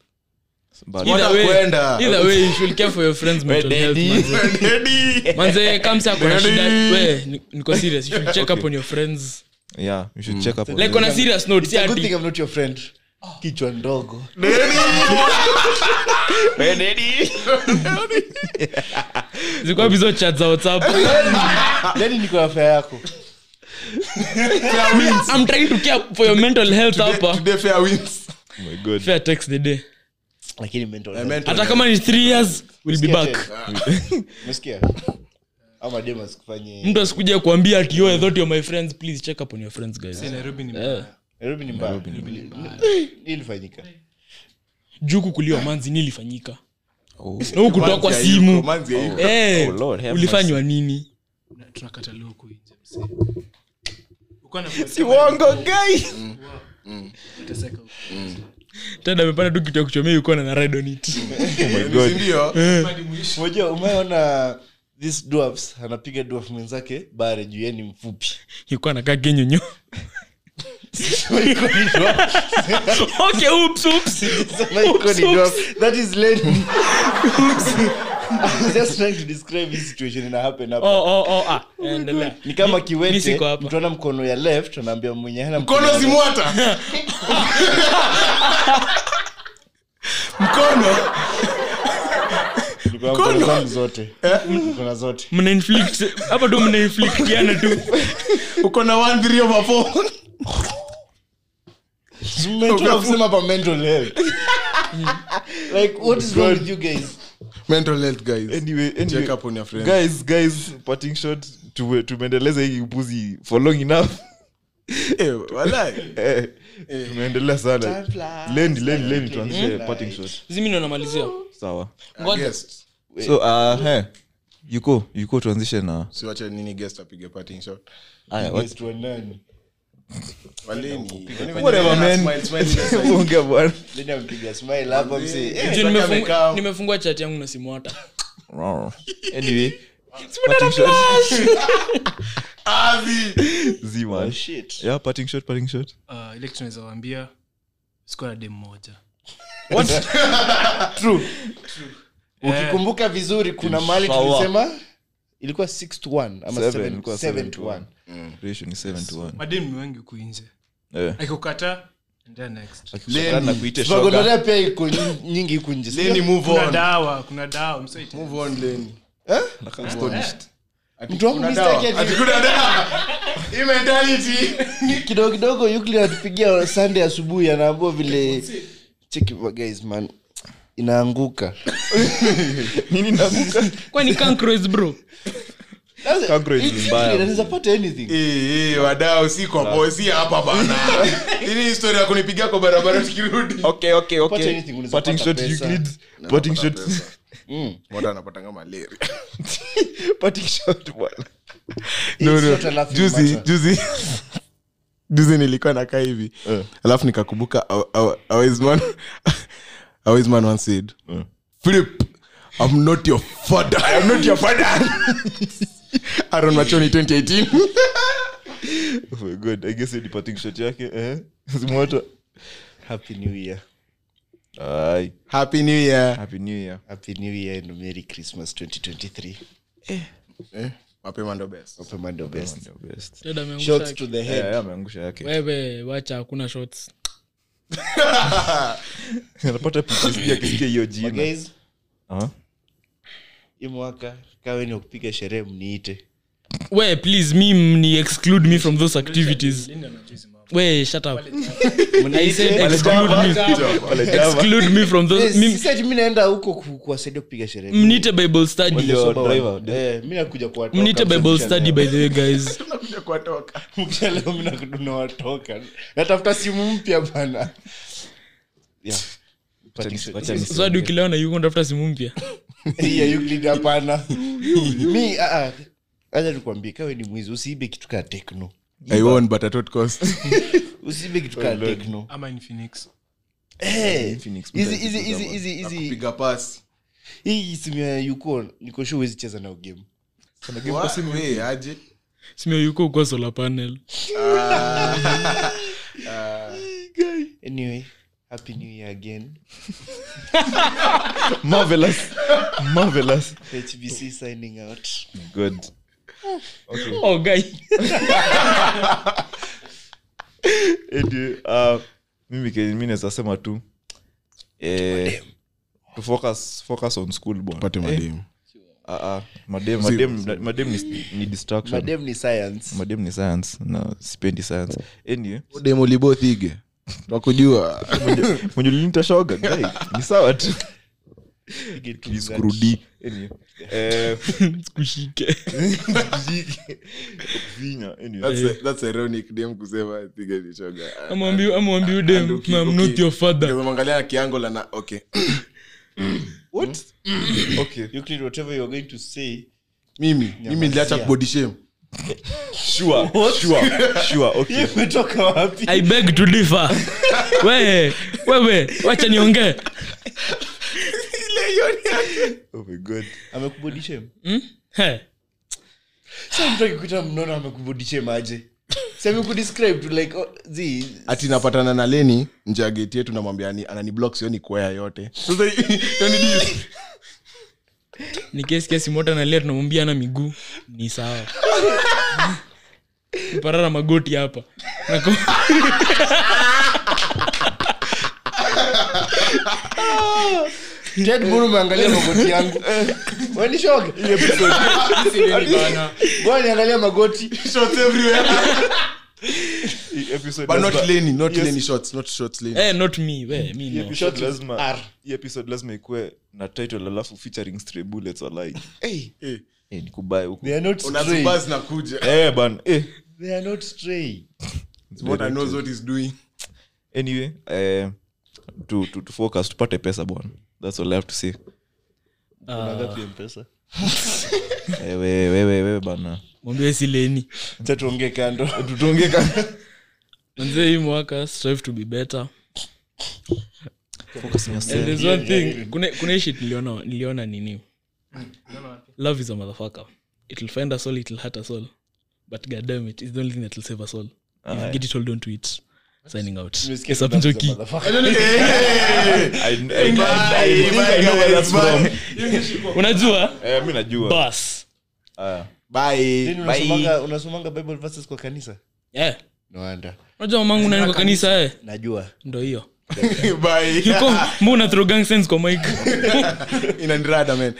Speaker 2: but
Speaker 3: Either way-
Speaker 4: Watakwenda.
Speaker 3: either way, you should care for your friends' mental health, manze. Manze, kama msee ako na shida- we, ni- niko serious, you should check up on your friends.
Speaker 2: yeah you should check up on
Speaker 3: Like, on a serious note,
Speaker 1: It's
Speaker 3: si
Speaker 1: a good
Speaker 3: ati-
Speaker 1: thing I'm not your friend
Speaker 3: Ah.
Speaker 1: kichwa ndogo
Speaker 3: zilikuwa wapi hizo chats za WhatsApp? Ah.
Speaker 1: leni Yaani niko afya yako
Speaker 3: I'm trying to care for your mental health hapa.
Speaker 4: today fair wins
Speaker 2: oh my god
Speaker 3: Fair text the day.
Speaker 1: lakini mental
Speaker 4: Eh,
Speaker 1: health.
Speaker 4: mental
Speaker 3: hata kama ni three years we'll be
Speaker 1: Sikia
Speaker 3: back Ah.
Speaker 1: tena. Umesikia? ama dem asikufanye
Speaker 3: mtu asikuja kuambia ati yo I thought you're my friends please check up on your friends guys Eh.
Speaker 1: nairobi ni mbaya ilifanyika
Speaker 3: juu kukuliwa manzi nilifanyika
Speaker 2: Oh.
Speaker 3: na huku kutokwa
Speaker 4: Manzi hayuko,
Speaker 3: simu Oh
Speaker 4: manzi hayuko.
Speaker 3: Eh,
Speaker 2: Oh, Lord, have
Speaker 3: ulifanywa nini
Speaker 5: Ulikuwa na kuweka- Uteseka huko.
Speaker 3: tada amepanda tu kitu ya kuchomea ilikuwa na na red on it
Speaker 5: Hadi mwisho.
Speaker 1: moja umeona this dwarfs anapiga dwarf mwenzake bare juu yeye ni mfupi
Speaker 3: ilikuwa nakaa kinyunyu okay oops oops
Speaker 1: Sema iko ni dwarf. That is lady. I'm just trying to describe this situation ina happen hapa.
Speaker 3: oh oh oh ah endelea
Speaker 1: ni kama
Speaker 3: mi
Speaker 1: kiwete
Speaker 3: siko hapa.
Speaker 1: mtu ana mkono ya left anaambia mwenye hana
Speaker 4: mkono simwata mkono
Speaker 1: Niko hapa
Speaker 4: mkono. Eh?
Speaker 1: zangu zote Mkono zote
Speaker 3: mna inflict hapa tu mna inflictiana tu
Speaker 4: uko na 13 over 4
Speaker 1: Tumetoka kusema hapa mental health. like what is wrong with you guys
Speaker 4: mental health guys
Speaker 2: Anyway, anyway,
Speaker 4: check up on your friends
Speaker 2: guys guys parting shot tume- tumeendeleza hii upuzi for long enough
Speaker 4: Eh, walai.
Speaker 2: Eh, tumeendelea sana leni leni leni
Speaker 3: Hmm?
Speaker 2: tuanzie
Speaker 1: Eh,
Speaker 2: parting shot
Speaker 3: zimi namalizia
Speaker 2: sawa
Speaker 3: ngoja
Speaker 4: Guest.
Speaker 2: so uh, hey, yuko yuko tuanzishe na
Speaker 4: siwache nini guest apige parting shot
Speaker 2: aya
Speaker 1: Yes, to a nani.
Speaker 4: waleni
Speaker 2: Whatever, man. Ongea bwana.
Speaker 1: Lady amepiga smile hapa msee. Eh,
Speaker 3: Juu
Speaker 4: Nataka
Speaker 3: nimefungu-
Speaker 4: amekaa.
Speaker 3: nimefungua chat yangu na simu hata
Speaker 2: Anyway, parting shot. Zee,
Speaker 1: Oh,
Speaker 2: man.
Speaker 1: shit.
Speaker 2: Yeah, parting shot, parting shot.
Speaker 5: Ah, ile kitu naweza waambia sikuwa na dem moja Eh,
Speaker 1: ukikumbuka vizuri kuna mahali
Speaker 2: Inshallah.
Speaker 1: tulisema ilikuwa 6 to 1 ama
Speaker 2: Seven,
Speaker 1: 7
Speaker 2: ilikuwa
Speaker 1: 7
Speaker 2: seven
Speaker 1: to
Speaker 2: to
Speaker 1: 1
Speaker 2: one. Ratio ni seven to one.
Speaker 5: madem ni wengi huku nje
Speaker 2: Eh.
Speaker 5: akikukata endea next
Speaker 2: Akikutana na kuite shoga.
Speaker 1: Tunagondorea pia iko nyi- nyingi iko nje.
Speaker 4: leni move
Speaker 5: kuna
Speaker 4: on
Speaker 5: dawa kuna dawa msaiti
Speaker 4: move on leni
Speaker 1: Mtu wangu
Speaker 4: Eh? Kuna
Speaker 1: mistake
Speaker 4: dawa.
Speaker 1: ati-
Speaker 4: Ati kuna dawa. Hii mentality.
Speaker 1: kidogo kidogo Euclid anatupigia Sunday asubuhi anaambua vile cheki ba- guys man inaanguka.
Speaker 2: Nini naanguka?
Speaker 3: kwani cancroids bro
Speaker 1: Sasa,
Speaker 2: Congress ni
Speaker 1: Euclid
Speaker 2: mbaya.
Speaker 1: anaweza pata anything.
Speaker 4: Eh, eh, wadau si kwa boy, si hapa bana Hili historia ya kunipigia kwa barabara tukirudi
Speaker 2: Okay, okay, okay.
Speaker 1: Pata anything, unaweza
Speaker 2: Parting
Speaker 1: pata
Speaker 2: shot,
Speaker 1: pesa.
Speaker 2: Euclid. Parting shot.
Speaker 1: Mm.
Speaker 4: Mwada anapatanga malaria.
Speaker 2: Parting shot, bwana.
Speaker 4: No,
Speaker 1: It's
Speaker 4: no.
Speaker 1: not a laughing
Speaker 4: juzi
Speaker 1: matter.
Speaker 4: juzi juzi nilikuwa nakaa hivi
Speaker 2: Eh.
Speaker 4: alafu nikakumbuka our- our- our wise man- our wise man once said
Speaker 2: Eh.
Speaker 4: philip i'm not your father i'm not your father aron machoni 2018
Speaker 2: Oh my God, I guess hiyo ni parting shot yake eh? Zimwata.
Speaker 1: Happy New Year.
Speaker 2: Ai,
Speaker 4: happy new year
Speaker 2: happy new year
Speaker 1: Happy New Year and Merry Christmas 2023.
Speaker 4: Eh? mapema ndo best
Speaker 1: Mapema ndio best.
Speaker 2: Your best.
Speaker 3: Dada ameangusha
Speaker 1: Shots to
Speaker 3: yake.
Speaker 1: the
Speaker 2: Eh,
Speaker 1: head.
Speaker 2: eh, ameangusha yake
Speaker 3: wewe wacha hakuna shots
Speaker 2: anapata PTSD akisikia hiyo jina
Speaker 1: Guys,
Speaker 2: Ah.
Speaker 1: hii mwaka kaweni wa kupiga sherehe mniite.
Speaker 3: we please me mni exclude me from those activities
Speaker 5: Linda na juice mama.
Speaker 3: we shut up i said
Speaker 1: Mniite.
Speaker 3: exclude me
Speaker 2: Pale Java.
Speaker 3: exclude me from
Speaker 1: Yes,
Speaker 3: those mim-
Speaker 1: sisi ati mimi naenda huko ku- kuwasaidia kupiga sherehe.
Speaker 3: mniite bible study
Speaker 2: Walio-
Speaker 1: Sober
Speaker 2: driver,
Speaker 1: one. Eh, mimi nakuja kuwatoka.
Speaker 3: mniite bible
Speaker 1: Mkisha
Speaker 3: study
Speaker 1: leo.
Speaker 3: by the way guys
Speaker 1: Mkisha leo mimi nakudu- nawatoka. Natafuta simu mpya bana. Yeah.
Speaker 3: so hadi ukilewa na yuko ndafuta simu mpya
Speaker 1: Hii ya Euclid hapana. Mi, ah, ah, acha nikwambie kawe ni mwizi usiibe kitu kaa tekno
Speaker 4: i won but at what cost
Speaker 1: usiibe kitu kaa tekno
Speaker 5: ama ni Phoenix.
Speaker 1: Eh,
Speaker 2: Phoenix,
Speaker 1: hizi-
Speaker 2: mtu
Speaker 1: hizi-
Speaker 2: akipigwa
Speaker 1: hizi- hizi- hizi-
Speaker 4: piga pasi
Speaker 1: hii simu ya yuko niko sure huwezi cheza nayo game
Speaker 4: Wa- we, aje
Speaker 3: simio yuko uko solar panel
Speaker 1: anyway happy new year again
Speaker 2: marvelous marvelous
Speaker 1: hbc signing out
Speaker 2: good
Speaker 3: oh guy
Speaker 2: Anyway, uh, mimi ke- mi naweza sema tu eh, to focus, focus on school bwana.
Speaker 4: pate
Speaker 2: Eh,
Speaker 4: mademu
Speaker 2: ah, ah, madem madem madem ni, ni distraction
Speaker 1: madem ni science
Speaker 2: madem ni science na sipendi science anyway
Speaker 4: demu libothige twakujua
Speaker 2: mwenye ulinita shoga guy, ni sawa tu
Speaker 1: Pige tu
Speaker 2: Please,
Speaker 1: mzacha.
Speaker 2: kurudi. Anyway, eh,
Speaker 3: kushike
Speaker 2: vinya, anyway.
Speaker 4: That's- that's ironic dem kusema piga ni shoga
Speaker 3: amwambi amwambi udem
Speaker 4: Anduki,
Speaker 3: i'm not
Speaker 4: okay.
Speaker 3: your father
Speaker 4: Nimemwangalia na kiango la na okay
Speaker 2: Okay.
Speaker 1: Euclid, whatever you're going to say
Speaker 4: mimi mimi
Speaker 1: Nyamazia.
Speaker 4: niliacha kubody shame
Speaker 2: sure, sure, sure, okay.
Speaker 1: imetoka wapi
Speaker 3: i beg to differ wewe wewe wacha niongee
Speaker 2: Oh my God.
Speaker 1: amekubodishe
Speaker 3: Hmm? He.
Speaker 1: sa mtu akikuta mnona amekubodishe maje semekudescribe tu like oh, zi
Speaker 5: ati napatana na leni nje ya geti yetu namwambia ni- ananiblock sioni kwea yote sasa yani dis-
Speaker 3: ni kesi kesi mota nalia tunamwambia ana miguu ni sawa parara magoti hapa Nako-
Speaker 1: ted mbona umeangalia magoti yangu wenishoge bwana niangalia magoti
Speaker 2: Hii episode
Speaker 5: but not
Speaker 2: lazima-
Speaker 5: leni not
Speaker 2: Yes.
Speaker 5: leni shots not shots leni
Speaker 3: Eh, not me we me
Speaker 2: hii
Speaker 3: no.
Speaker 2: episode lazima-
Speaker 1: R.
Speaker 2: hii episode lazima ikuwe na title alafu featuring stray bullets or like
Speaker 5: Eh.
Speaker 2: eh, nikubae huku
Speaker 1: they are not stray
Speaker 5: Unazubaa zinakuja.
Speaker 2: eh, bana eh.
Speaker 1: they are not stray
Speaker 5: What I know is what he's doing.
Speaker 2: anyway eh, tu, tu, tu focus tupate pesa bwana thats all i have to say
Speaker 1: unagapi mpesa
Speaker 2: Ah. eh, wewe wewe wewe bana
Speaker 3: mwambie sileni
Speaker 1: cha tuongee kando
Speaker 3: manze hii mwaka strive to be better
Speaker 2: focus on
Speaker 3: And
Speaker 2: yourself
Speaker 3: there's one thing kuna kuna hii shit niliona niliona nini love is a motherfucker it'll find us all it'll hurt us all but god damn it it's the only thing that'll save us all if you get it hold on to it signing out Sup, Njoki.
Speaker 2: I- I- I- I think I know where that's from.
Speaker 3: unajua
Speaker 2: Eh, mi najua
Speaker 3: bas
Speaker 2: Ah.
Speaker 1: Then Yaani unasomanga- unasomanga bible verses kwa kanisa
Speaker 3: Eh,
Speaker 1: noanda
Speaker 3: unajua mamangu nani kwa kanisa eh
Speaker 1: najua
Speaker 3: ndo hiyo
Speaker 5: Bye.
Speaker 3: Yuko- mbona una throw gang sense kwa mic
Speaker 5: Inanirada, man.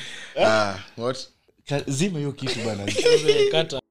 Speaker 5: Ah, what?
Speaker 1: Ka- zima hiyo kitu bana
Speaker 3: Kata.